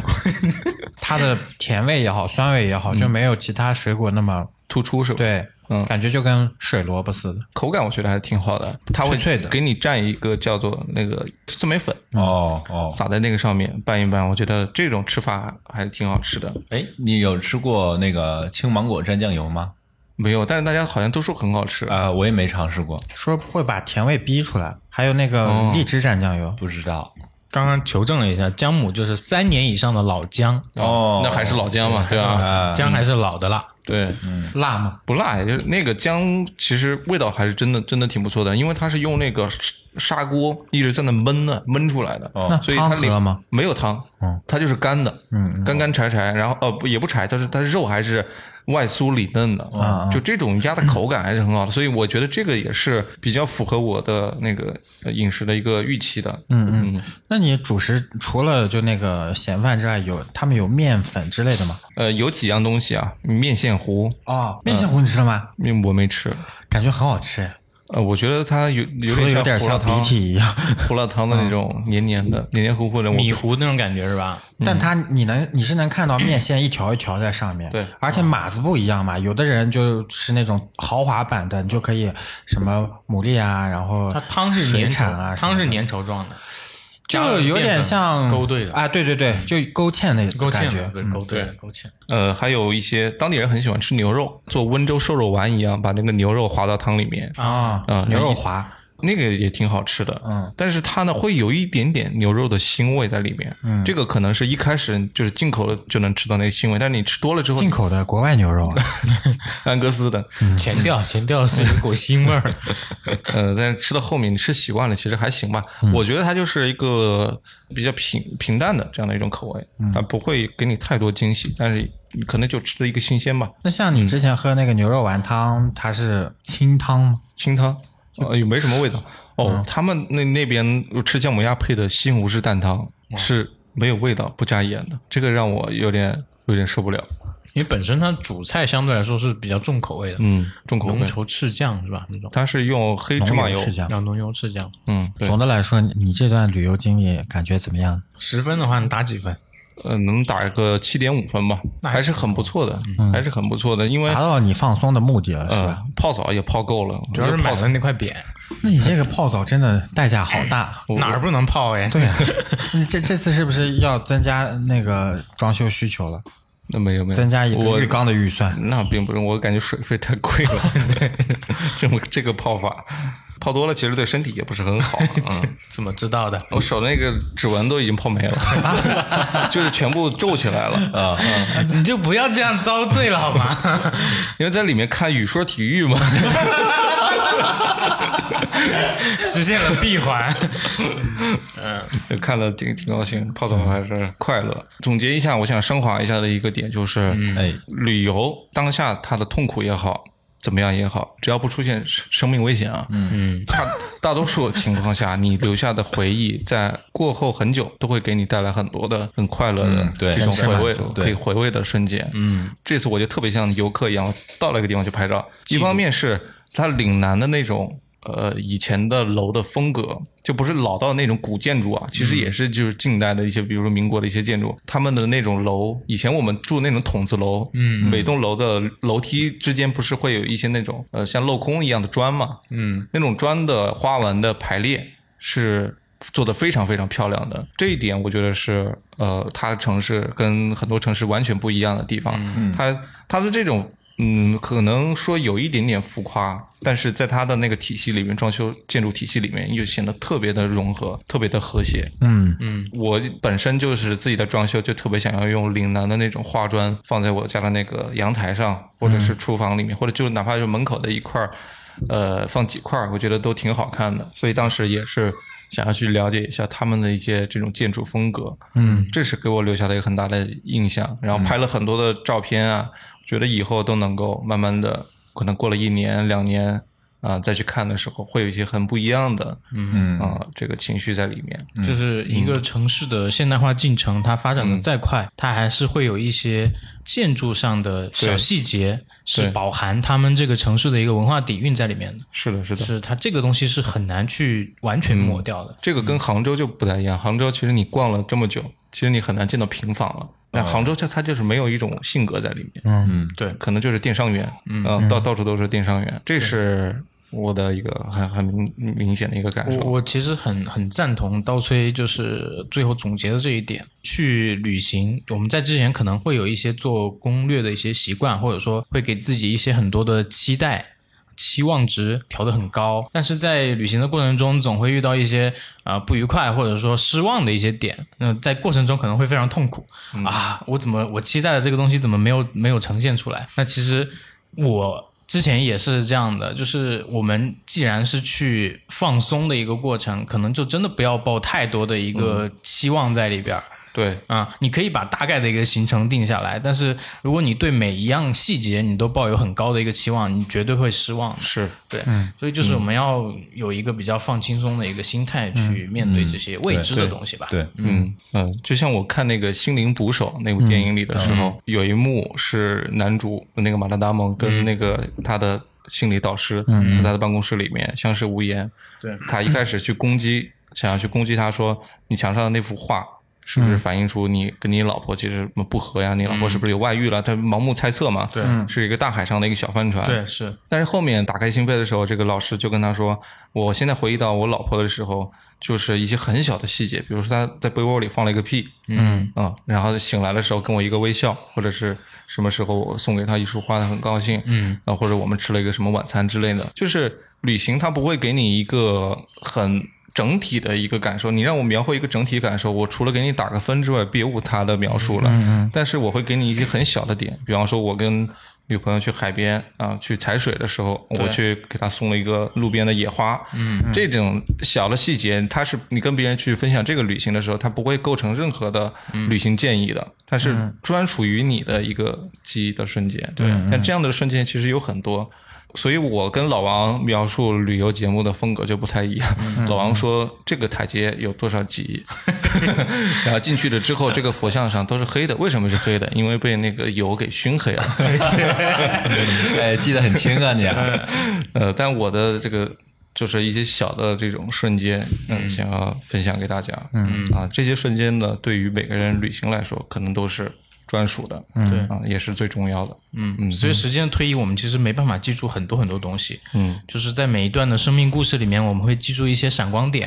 Speaker 3: 它的甜味也好，酸味也好，就没有其他水果那么
Speaker 2: 突出是吧？。
Speaker 3: 对，
Speaker 2: 嗯
Speaker 3: 感觉就跟水萝卜似的。
Speaker 2: 口感我觉得还挺好的，它会
Speaker 3: 脆脆的
Speaker 2: 给你蘸一个叫做那个酸梅粉，
Speaker 5: 哦哦，
Speaker 2: 撒在那个上面拌一拌，我觉得这种吃法还是挺好吃的。
Speaker 5: 哎，你有吃过那个青芒果蘸酱油吗？
Speaker 2: 没有，但是大家好像都说很好吃。
Speaker 5: 啊，我也没尝试过，
Speaker 3: 说会把甜味逼出来，还有那
Speaker 4: 哦
Speaker 3: 个荔枝蘸酱油，
Speaker 5: 不知道。
Speaker 4: 刚刚求证了一下，姜母就是三年以上的老姜，
Speaker 5: 哦
Speaker 2: 那还是老姜嘛，对吧？
Speaker 5: 啊
Speaker 4: 姜还是老的辣，
Speaker 2: 对，
Speaker 4: 辣嘛。
Speaker 2: 不辣，也就是那个姜，其实味道还是真的真的挺不错的，因为它是用那个砂砂锅一直在那焖的，焖出来的，
Speaker 3: 那
Speaker 2: 所以它
Speaker 3: 汤
Speaker 2: 里
Speaker 3: 喝吗？哦嗯
Speaker 2: 没有汤，它就是干的，干干柴柴，然后呃不也不柴，它是它是肉还是外酥里嫩的，
Speaker 3: 啊
Speaker 2: 就这种鸭的口感还是很好的，所以我觉得这个也是比较符合我的那个呃饮食的一个预期的，嗯嗯，
Speaker 3: 那你主食除了就那个咸饭之外，有他们有面粉之类的吗？
Speaker 2: 呃有几样东西啊，面线糊，
Speaker 3: 哦，面
Speaker 4: 呃
Speaker 3: 线糊你吃了吗？
Speaker 2: 面我没吃，
Speaker 3: 感觉很好吃，
Speaker 2: 呃我觉得它有有
Speaker 3: 除了
Speaker 2: 点
Speaker 3: 有点
Speaker 2: 胡辣
Speaker 3: 像鼻
Speaker 2: 汤。
Speaker 3: 涕一样。
Speaker 2: *laughs*
Speaker 3: 嗯
Speaker 2: 胡辣汤的那种黏黏的、黏黏糊糊的，我
Speaker 4: 米糊那种感觉是吧？
Speaker 3: 但它你能你是能看到面线一条一条在上面，
Speaker 2: 对
Speaker 3: 而
Speaker 4: 哦
Speaker 3: 且码子不一样嘛，有的人就是那种豪华版的，你就可以什么牡蛎啊，然后
Speaker 4: 它汤是
Speaker 3: 水
Speaker 4: 粘稠
Speaker 3: 产啊，，
Speaker 4: 汤是粘稠状的，
Speaker 3: 什么的，就有点像
Speaker 4: 勾兑的嗯
Speaker 3: 啊，对对对，就勾芡那
Speaker 4: 勾
Speaker 3: 个
Speaker 4: 芡
Speaker 3: 感
Speaker 4: 嘛
Speaker 3: 觉，嗯
Speaker 4: 不是勾兑的勾芡。
Speaker 2: 呃，还有一些当地人很喜欢吃牛肉，做温州瘦肉丸一样，把那个牛肉滑到汤里面，
Speaker 3: 啊
Speaker 2: 嗯，
Speaker 3: 牛肉滑，
Speaker 2: 那个也挺好吃的。嗯，但是它呢会有一点点牛肉的腥味在里面。嗯，这个可能是一开始就是进口的就能吃到那个腥味，但是你吃多了之后，
Speaker 3: 进口嗯的国外牛肉
Speaker 4: *laughs*
Speaker 3: 啊，
Speaker 2: 安格斯的，
Speaker 4: 前
Speaker 2: *laughs*
Speaker 4: 调前调是有股腥味儿，
Speaker 2: 呃，但是吃到后面你吃习惯了，其实还行吧。我觉得它就是一个比较平平淡的这样的一种口味，它不会给你太多惊喜，但是可能就吃的一个新鲜吧。
Speaker 3: 那像你之前喝那个牛肉丸汤，它是清汤吗？
Speaker 2: 清汤，呃，也没什么味道。哦，他们那那边吃姜母鸭配的西红柿蛋汤是没有味道、不加盐的，这个让我有点有点受不了。
Speaker 4: 因为本身它主菜相对来说是比较重口味的，
Speaker 2: 嗯，重口
Speaker 4: 浓
Speaker 2: 味，
Speaker 4: 稠赤酱是吧？那种
Speaker 2: 它是用黑芝麻油
Speaker 3: 浓。是这样。
Speaker 4: 要浓油赤酱。
Speaker 2: 嗯，对，哎
Speaker 3: 总的来说，你你这段旅游经历感觉怎么样？
Speaker 4: 十分的话，你打几分？
Speaker 2: 呃，能打个七点五分吧，还是很不错的，还是很不错的，因为
Speaker 3: 达到你放松的目的了，是吧？
Speaker 2: 呃泡澡也泡够了，
Speaker 4: 主要是
Speaker 2: 泡
Speaker 4: 买了那块匾，
Speaker 3: 那你这个泡澡真的代价好
Speaker 2: *laughs*
Speaker 3: 大。
Speaker 4: 哪儿不能泡哎？
Speaker 3: 对啊，你这这次是不是要增加那个装修需求了？
Speaker 2: 那没有没有
Speaker 3: 增加一个
Speaker 2: 我
Speaker 3: 浴缸的预算？
Speaker 2: 那并不是，我感觉水费太贵了，
Speaker 3: *laughs*
Speaker 2: 这么这个泡法，泡多了其实对身体也不是很
Speaker 3: *laughs*
Speaker 2: 好。嗯，
Speaker 4: 怎么知道的？
Speaker 2: 我手那个指纹都已经泡没
Speaker 3: *laughs*
Speaker 2: 了， *laughs* 就是全部皱起来了啊！
Speaker 4: 你就不要这样遭罪了好吗？ *laughs*
Speaker 2: 因为在里面看语说体育嘛， *laughs*
Speaker 4: 实现了闭环。
Speaker 2: 看了挺挺高兴，泡澡还是快乐。总结一下，我想升华一下的一个点就是，
Speaker 3: 嗯
Speaker 5: 哎，
Speaker 2: 旅游当下它的痛苦也好，怎么样也好，只要不出现生生命危险啊，嗯，大大多数情况下，你留下的回忆在过后很久都会给你带来很多的很快乐的
Speaker 5: 嗯对
Speaker 2: 这种
Speaker 5: 很
Speaker 2: 回味
Speaker 5: 满足对
Speaker 2: 可以回味的瞬间。嗯，这次我就特别像游客一样，我到了一个地方去拍照，一方面是它岭南的那种。呃，以前的楼的风格就不是老到那种古建筑啊，其实也是就是近代的一些，比如说民国的一些建筑，他们的那种楼，以前我们住那种筒子楼，嗯，每栋楼的楼梯之间不是会有一些那种呃像镂空一样的砖嘛，嗯，那种砖的花纹的排列是做的非常非常漂亮的，这一点我觉得是呃，它城市跟很多城市完全不一样的地方。它它的这种嗯，可能说有一点点浮夸，但是在它的那个体系里面，装修建筑体系里面又显得特别的融合，特别的和谐。
Speaker 3: 嗯，
Speaker 2: 我本身就是自己的装修，就特别想要用岭南的那种花砖放在我家的那个阳台上，或者是厨房里面，或者就哪怕就门口的一块儿，呃，放几块儿，我觉得都挺好看的。所以当时也是想要去了解一下他们的一些这种建筑风格，嗯，这是给我留下了一个很大的印象。然后拍了很多的照片啊，觉得以后都能够慢慢的，可能过了一年两年啊、再去看的时候，会有一些很不一样的，嗯啊、这个情绪在里面。
Speaker 4: 就是一个城市的现代化进程，它发展的再快，
Speaker 2: 嗯
Speaker 4: 它还是会有一些建筑上的小细节是
Speaker 2: 对
Speaker 4: 饱含他们这个城市的一个文化底蕴在里面的。
Speaker 2: 是的，是的。
Speaker 4: 是它这个东西是很难去完全抹掉的。
Speaker 2: 这个跟杭州就不太一样。杭州其实你逛了这么久，其实你很难见到平房
Speaker 4: 哦
Speaker 2: 了。那杭州就它就是没有一种性
Speaker 4: 嗯
Speaker 2: 格在里面，
Speaker 4: 对，嗯
Speaker 2: 啊可能就是电商园，嗯，到到处都是电商园，这是。我的一个很很明明显的一个感
Speaker 4: 我
Speaker 2: 受。
Speaker 4: 我其实很很赞同刀崔就是最后总结的这一点，去旅行，我们在之前可能会有一些做攻略的一些习惯，或者说会给自己一些很多的期待。期望值调得很高，但是在旅行的过程中，总会遇到一些啊、呃不愉快或者说失望的一些点。那、在过程中可能会非常痛苦、啊！我怎么我期待的这个东西怎么没有没有呈现出来？那其实我之前也是这样的，就是我们既然是去放松的一个过程，可能就真的不要抱太多的一
Speaker 5: 嗯
Speaker 4: 个期望在里边儿。
Speaker 2: 对，
Speaker 4: 啊、你可以把大概的一个行程定下来，但是如果你对每一样细节你都抱有很高的一个期望，你绝对会失望的。
Speaker 2: 是
Speaker 4: 对，所以就是我们要有一个比较放轻松的一个心态去面对这些未知的东西吧。
Speaker 5: 嗯对，
Speaker 2: 嗯嗯，就像我看那个《心灵捕手》那部电影里的时候，
Speaker 4: 嗯
Speaker 2: 有一幕是男主那个马达达蒙
Speaker 4: 嗯
Speaker 2: 跟那个他的心理导师、在他的办公室里面相视无言。
Speaker 4: 对
Speaker 2: 他一开始去攻击，想要去攻击他说：“你墙上的那幅画是
Speaker 4: 嗯
Speaker 2: 不是反映出你跟你老婆其实不和呀？你老婆是不是有外遇了？”他盲目猜测嘛。
Speaker 4: 对，嗯
Speaker 2: 是一个大海上的一个小帆船。
Speaker 4: 对，是，
Speaker 2: 但是后面打开心扉的时候，这个老师就跟他说：“我现在回忆到我老婆的时候，就是一些很小的细节，比如说她在被窝里放了一个屁，嗯啊、然后醒来的时候跟我一个微笑，或者是什么时候我送给她一束花，她很高兴，嗯，啊，或者我们吃了一个什么晚餐之类的，就是旅行它不会给你一个很。”整体的一个感受，你让我描绘一个整体感受，我除了给你打个分之外，别无他的描述了。但是我会给你一些很小的点，比方说，我跟女朋友去海边啊，去踩水的时候，我去给她送了一个路边的野花。嗯，这种小的细节，它是你跟别人去分享这个旅行的时候，它不会构成任何的旅行建议的，它是专属于你的一个记忆的瞬间。对，嗯但这样的瞬间其实有很多。所以我跟老王描述旅游节目的风格就不太一样。老王说这个台阶有多少级， *laughs* 然后进去了之后，这个佛像上都是黑的，为什么是黑的？因为被那个油给熏 *laughs* 黑了。
Speaker 5: *laughs* 哎，记得很清啊，你啊
Speaker 2: 呃，但我的这个就是一些小的这种瞬间，嗯，想要分享给大家。嗯啊，这些瞬间呢，对于每个人旅行来说，可能都是专属的。对啊，也是最重要的。
Speaker 4: 嗯，随着时间的推移，我们其实没办法记住很多很多东西。嗯，就是在每一段的生命故事里面，我们会记住一些闪光点，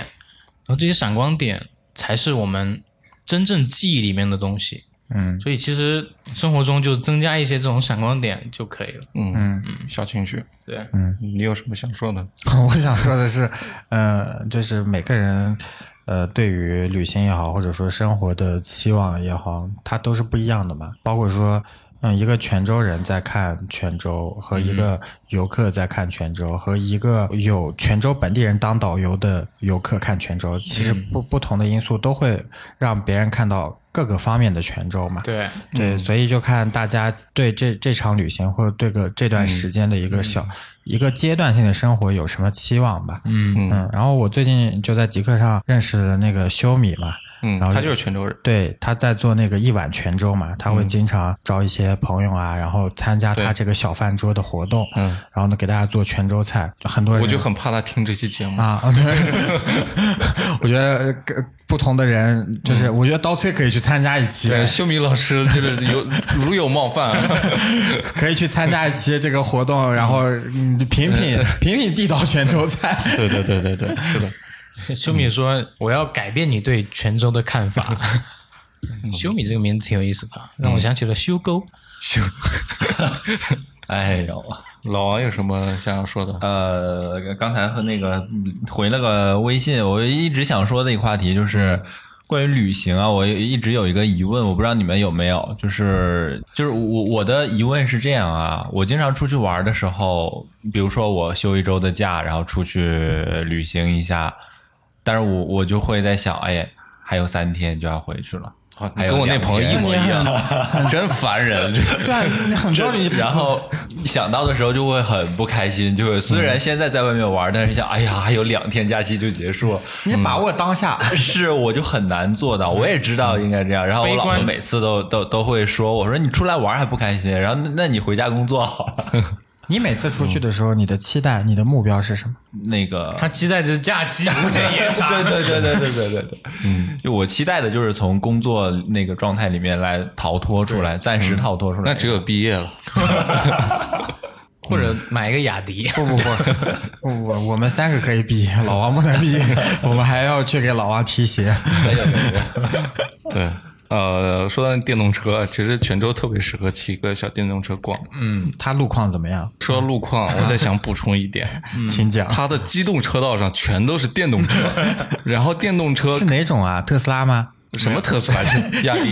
Speaker 4: 然后这些闪光点才是我们真正记忆里面的东西。嗯，所以其实生活中就增加一些这种闪光点就可以了。
Speaker 2: 嗯嗯，小情绪，嗯
Speaker 4: 对，
Speaker 2: 你有什么想说的？
Speaker 3: *laughs* 我想说的是，呃，就是每个人，呃，对于旅行也好，或者说生活的期望也好，它都是不一样的嘛。包括说，嗯，一个泉州人在看泉州，和一个游客在看泉州，和一个有泉州本地人当导游的游客看泉州，其实不不同的因素都会让别人看到各个方面的泉州嘛。
Speaker 4: 对，
Speaker 3: 对，所以就看大家对这这场旅行或者对个这段时间的一个小、一个阶段性的生活有什么期望吧。嗯嗯。然后我最近就在极客上认识了那个修米嘛，
Speaker 2: 嗯，
Speaker 3: 然后
Speaker 2: 他就是泉州人。
Speaker 3: 对，他在做那个一碗泉州嘛，他会经常招一些朋友啊，然后参加他这个小饭桌的活动，嗯，然后呢给大家做泉州菜，就很多人
Speaker 2: 我就很怕他听这期节目。
Speaker 3: 啊，对，我觉得呃跟不同的人就是，我觉得刀崔可以去参加一期，
Speaker 2: 对，秀敏老师就是有如有冒犯啊，
Speaker 3: 可以去参加一期这个活动，然后嗯品品品品地道泉州 *laughs* 菜。
Speaker 2: 对对对对对，是的，
Speaker 4: 修米说：“我要改变你对泉州的看法。” *laughs* 修米这个名字挺有意思的，让我想起了修沟。
Speaker 5: 哎呦，
Speaker 2: 老王有什么想要说的？
Speaker 5: 呃，刚才和那个回了个微信，我一直想说的一个话题就是。关于旅行啊，我一直有一个疑问，我不知道你们有没有，就是就是我我的疑问是这样啊，我经常出去玩的时候，比如说我休一周的假，然后出去旅行一下，但是我我就会在想，哎，还有三天就要回去了，
Speaker 2: 哇
Speaker 5: 还
Speaker 2: 你
Speaker 5: 有
Speaker 2: 跟我那
Speaker 5: 两
Speaker 2: 朋友
Speaker 5: 天
Speaker 2: 一模一样，
Speaker 5: *laughs*
Speaker 2: 真烦人。
Speaker 3: 对啊，你很多你
Speaker 5: 然后想到的时候就会很不开心，就会虽然现在在外面玩，但是想，哎呀，还有两天假期就结束 *laughs* 了，
Speaker 3: 你把握当下，
Speaker 5: 是我就很难做到。我也知道应该这样，然后我老婆每次都都都会说，我说你出来玩还不开心，然后那那你回家工作好 *laughs* 了。
Speaker 3: 你每次出去的时候，你的期待、你的目标是什么？
Speaker 5: 那个，
Speaker 4: 他期待着假期无限延 *laughs* 长。
Speaker 5: 对对对对对对对对， *laughs* 嗯，就我期待的就是从工作那个状嗯 *laughs* 态里面来逃脱出来，暂时逃脱出
Speaker 2: 那
Speaker 5: 来。
Speaker 2: 只有毕业了。
Speaker 4: 或者买一个雅迪。
Speaker 3: *laughs* 不不不，我我们三个可以比，老王不 *laughs* 能比，我们还要去给老王提鞋。
Speaker 5: 哎
Speaker 2: 对，呃，说到电动车，其实泉州特别适合骑个小电动车逛。
Speaker 3: 嗯，他路况怎么样？
Speaker 2: 说到路况，我再想补充一点，
Speaker 3: 请讲。
Speaker 2: 它的机动车道上全都是电动车，然后电动车
Speaker 3: 是哪种啊？特斯拉吗？
Speaker 2: 什么特斯拉？是雅迪，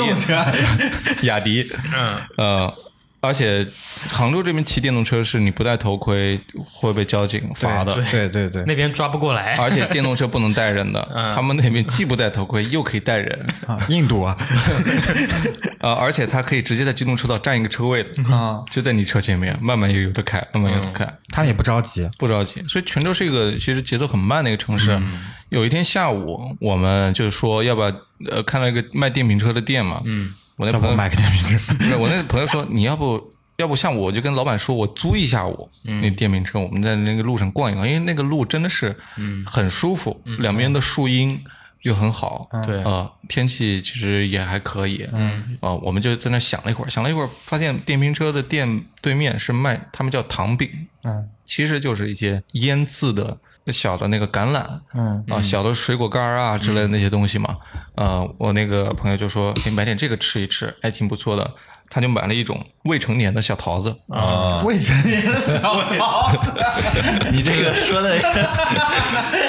Speaker 2: 雅迪，嗯，呃，而且杭州这边骑电动车是你不戴头盔会被交警罚的，
Speaker 3: 对对对，
Speaker 4: 那边抓不过来，
Speaker 2: 而且电动车不能带人的，他们那边既不戴头盔又可以带人，
Speaker 3: 啊，印度啊，
Speaker 2: 呃，而且它可以直接在机动车道占一个车位的，
Speaker 3: 啊，
Speaker 2: 就在你车前面，慢慢悠悠的开，慢慢悠悠的开。
Speaker 3: 他们也不着急。
Speaker 2: 不着急。所以泉州是一个其实节奏很慢的一个城市。有一天下午，我们就是说要不要呃看到一个卖电瓶车的店嘛，嗯，我那
Speaker 3: 要
Speaker 2: 朋
Speaker 3: 不
Speaker 2: 友，
Speaker 3: 买个电瓶车？
Speaker 2: *laughs* 没有我那朋友说你要不。要不像我，我就跟老板说，我租一下午那电瓶车，我们在那个路上逛一逛，因为那个路真的是很舒服，两边的树荫又很好，
Speaker 4: 对
Speaker 2: 呃，天气其实也还可以，嗯，啊，我们就在那想了一会儿，想了一会儿，发现电瓶车的店对面是卖，他们叫糖饼，
Speaker 3: 嗯
Speaker 2: 其实就是一些腌制的小的那个橄榄，
Speaker 3: 嗯
Speaker 2: 啊，小的水果干儿啊之类的那些东西嘛。呃，我那个朋友就说，你买点这个吃一吃，哎，挺不错的。他就买了一种未成年的小桃子，
Speaker 5: 啊，
Speaker 3: 未成年的小桃子，
Speaker 5: *laughs* 你这个说的，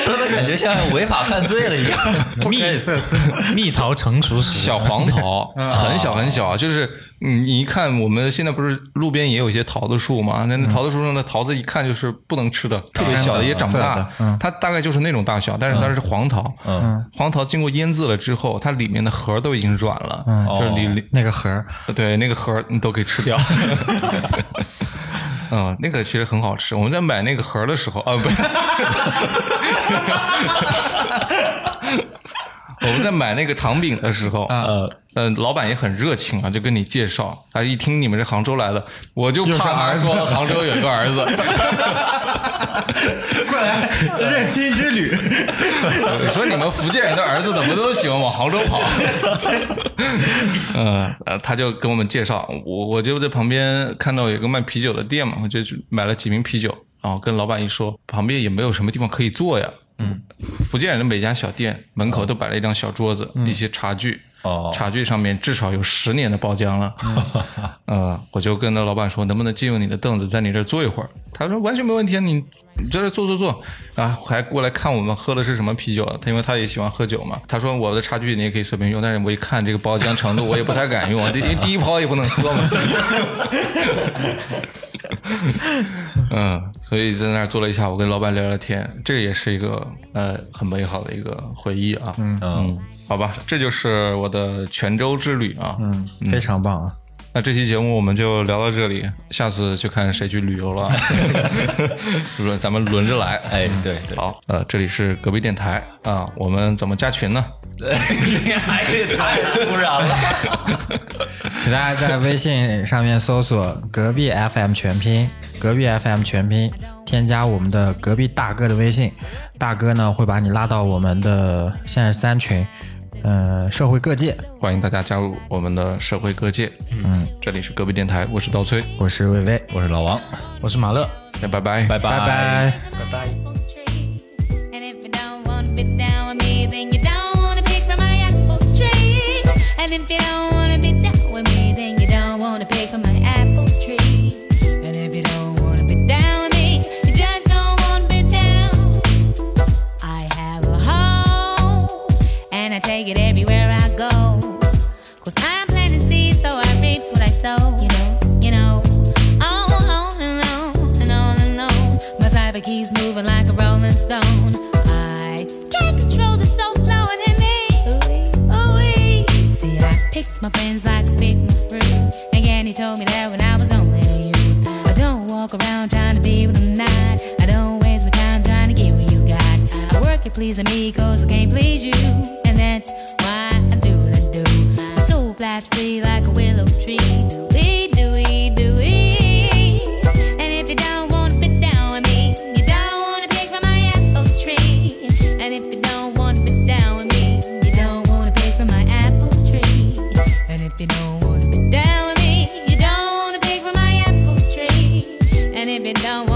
Speaker 5: 说的感觉像违法犯罪了一样。
Speaker 3: 不可以色色。
Speaker 4: *laughs* 蜜桃成熟时，
Speaker 2: 小黄
Speaker 3: *laughs*
Speaker 2: 桃，
Speaker 3: 啊
Speaker 2: 很小很小，就是你你一看，我们现在不是路边也有一些桃子树嘛？那那桃子树上的桃子一看就是不能吃的，特别小的也长不
Speaker 3: 嗯色的嗯
Speaker 2: 大，它大概就是那种大小，但是它是黄桃，黄桃经过腌制了之后，它里面的核都已经软了，
Speaker 3: 嗯
Speaker 2: 就是里里
Speaker 3: 那个盒儿，
Speaker 2: *laughs* 对，那个盒儿你都可以吃掉。 *laughs* 嗯，那个其实很好吃。我们在买那个盒儿的时候，啊，不是， *laughs* 我们在买那个糖饼的时候，
Speaker 3: 啊
Speaker 2: 嗯、老板也很热情啊，就跟你介绍。啊，一听你们是杭州来的，我就
Speaker 3: 又是
Speaker 2: 怕他
Speaker 3: 儿子
Speaker 2: 说杭州有一个儿子，
Speaker 3: 过来认亲之
Speaker 2: *laughs*
Speaker 3: 旅。
Speaker 2: 你说你们福建人的儿子怎么都喜欢往杭州跑？ *laughs* 嗯呃，他就跟我们介绍，我我就在旁边看到有一个卖啤酒的店嘛，我就去买了几瓶啤酒，然后跟老板一说，旁边也没有什么地方可以坐呀。嗯，福建人的每家小店门口都摆了一张小桌子，一些茶具。
Speaker 5: 哦
Speaker 2: 茶具上面至少有十年的包浆了。呃，我就跟那老板说，能不能借用你的凳子，在你这儿坐一会儿？他说完全没问题啊，你你在这儿坐坐坐。啊，还过来看我们喝的是什么啤酒，他因为他也喜欢喝酒嘛。他说我的茶具你也可以随便用，但是我一看这个包浆程度，我也不太敢用，因为第一 *laughs* 泡也不能喝嘛。 *laughs* 嗯，所以在那儿坐了一下午，跟老板聊聊天，这个也是一个呃很美好的一个回忆啊。嗯嗯，好吧，这就是我的泉州之旅啊。嗯，
Speaker 3: 嗯，非常棒啊！
Speaker 2: 那这期节目我们就聊到这里，下次就看谁去旅游 *laughs* 了啊，轮咱们轮着来。
Speaker 5: 哎，对
Speaker 2: *laughs*
Speaker 5: 对，
Speaker 2: 好，呃，这里是隔壁电台啊，我们怎么加群呢？
Speaker 5: 你还太突然了。
Speaker 3: 请大家在微信上面搜索“隔壁 FM 全拼”，隔壁 FM 全拼，添加我们的隔壁大哥的微信，大哥呢会把你拉到我们的现在三群，呃，社会各界。
Speaker 2: 欢迎大家加入我们的社会各界。嗯，这里是隔壁电台，我是刀崔，
Speaker 3: 我是魏巍，
Speaker 5: 我是老王，
Speaker 4: 我是马乐。
Speaker 2: 那拜拜，拜
Speaker 5: 拜
Speaker 3: 拜拜。
Speaker 6: apple tree. And if you don't wanna be down with me, then you don't wanna pick from my apple tree. And if you don't wanna be down with me, then you don't wanna pick from my apple tree. And if you don't wanna be down with me, you just don't wanna be down. I have a hoe, and I take it everywhere I go. Cause I'm planting seeds, so I reap what I sow, you know, you know. All on and on and on and on. My fiber keeps moving like a rolling stone. I can't control the soul flowing in me. Ooh-wee. See, I picked my friends like I picked my fruit. Again, he told me that when I was only a youth. I don't walk around trying to be what I'm not. I don't waste my time trying to get what you got. I work at pleasing me cause I can't please you. And that's why I do what I do. My soul flies free like a willow tree. We do we do we. And if you don't want to be down with me, you don't want to pick from my apple tree. And if you don't want to be down with me, you don't want to pick from my apple tree. And if you don't want to be down with me, you don't want to pick from my apple tree. And if you don't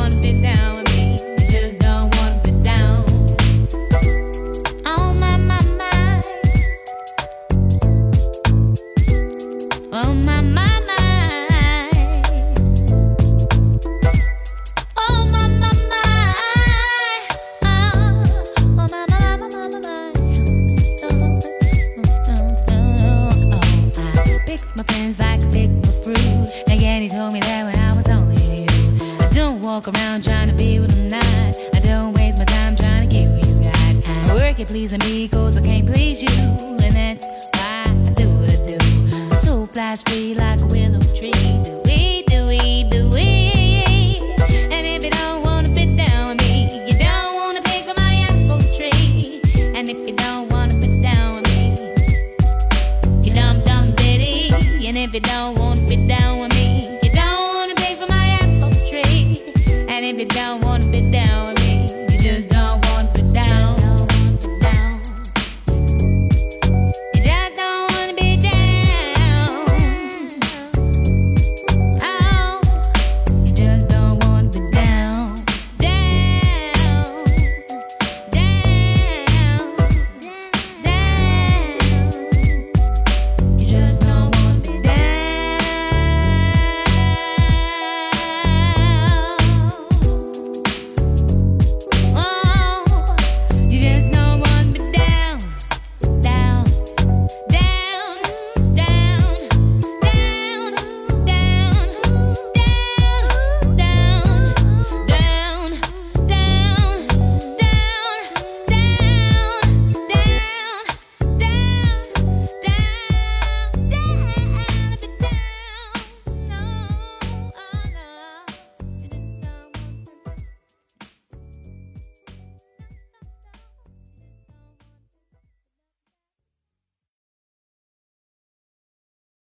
Speaker 6: rules, I can't please you, and that's why I do what I do. So flies free like a willow tree. Do Oh,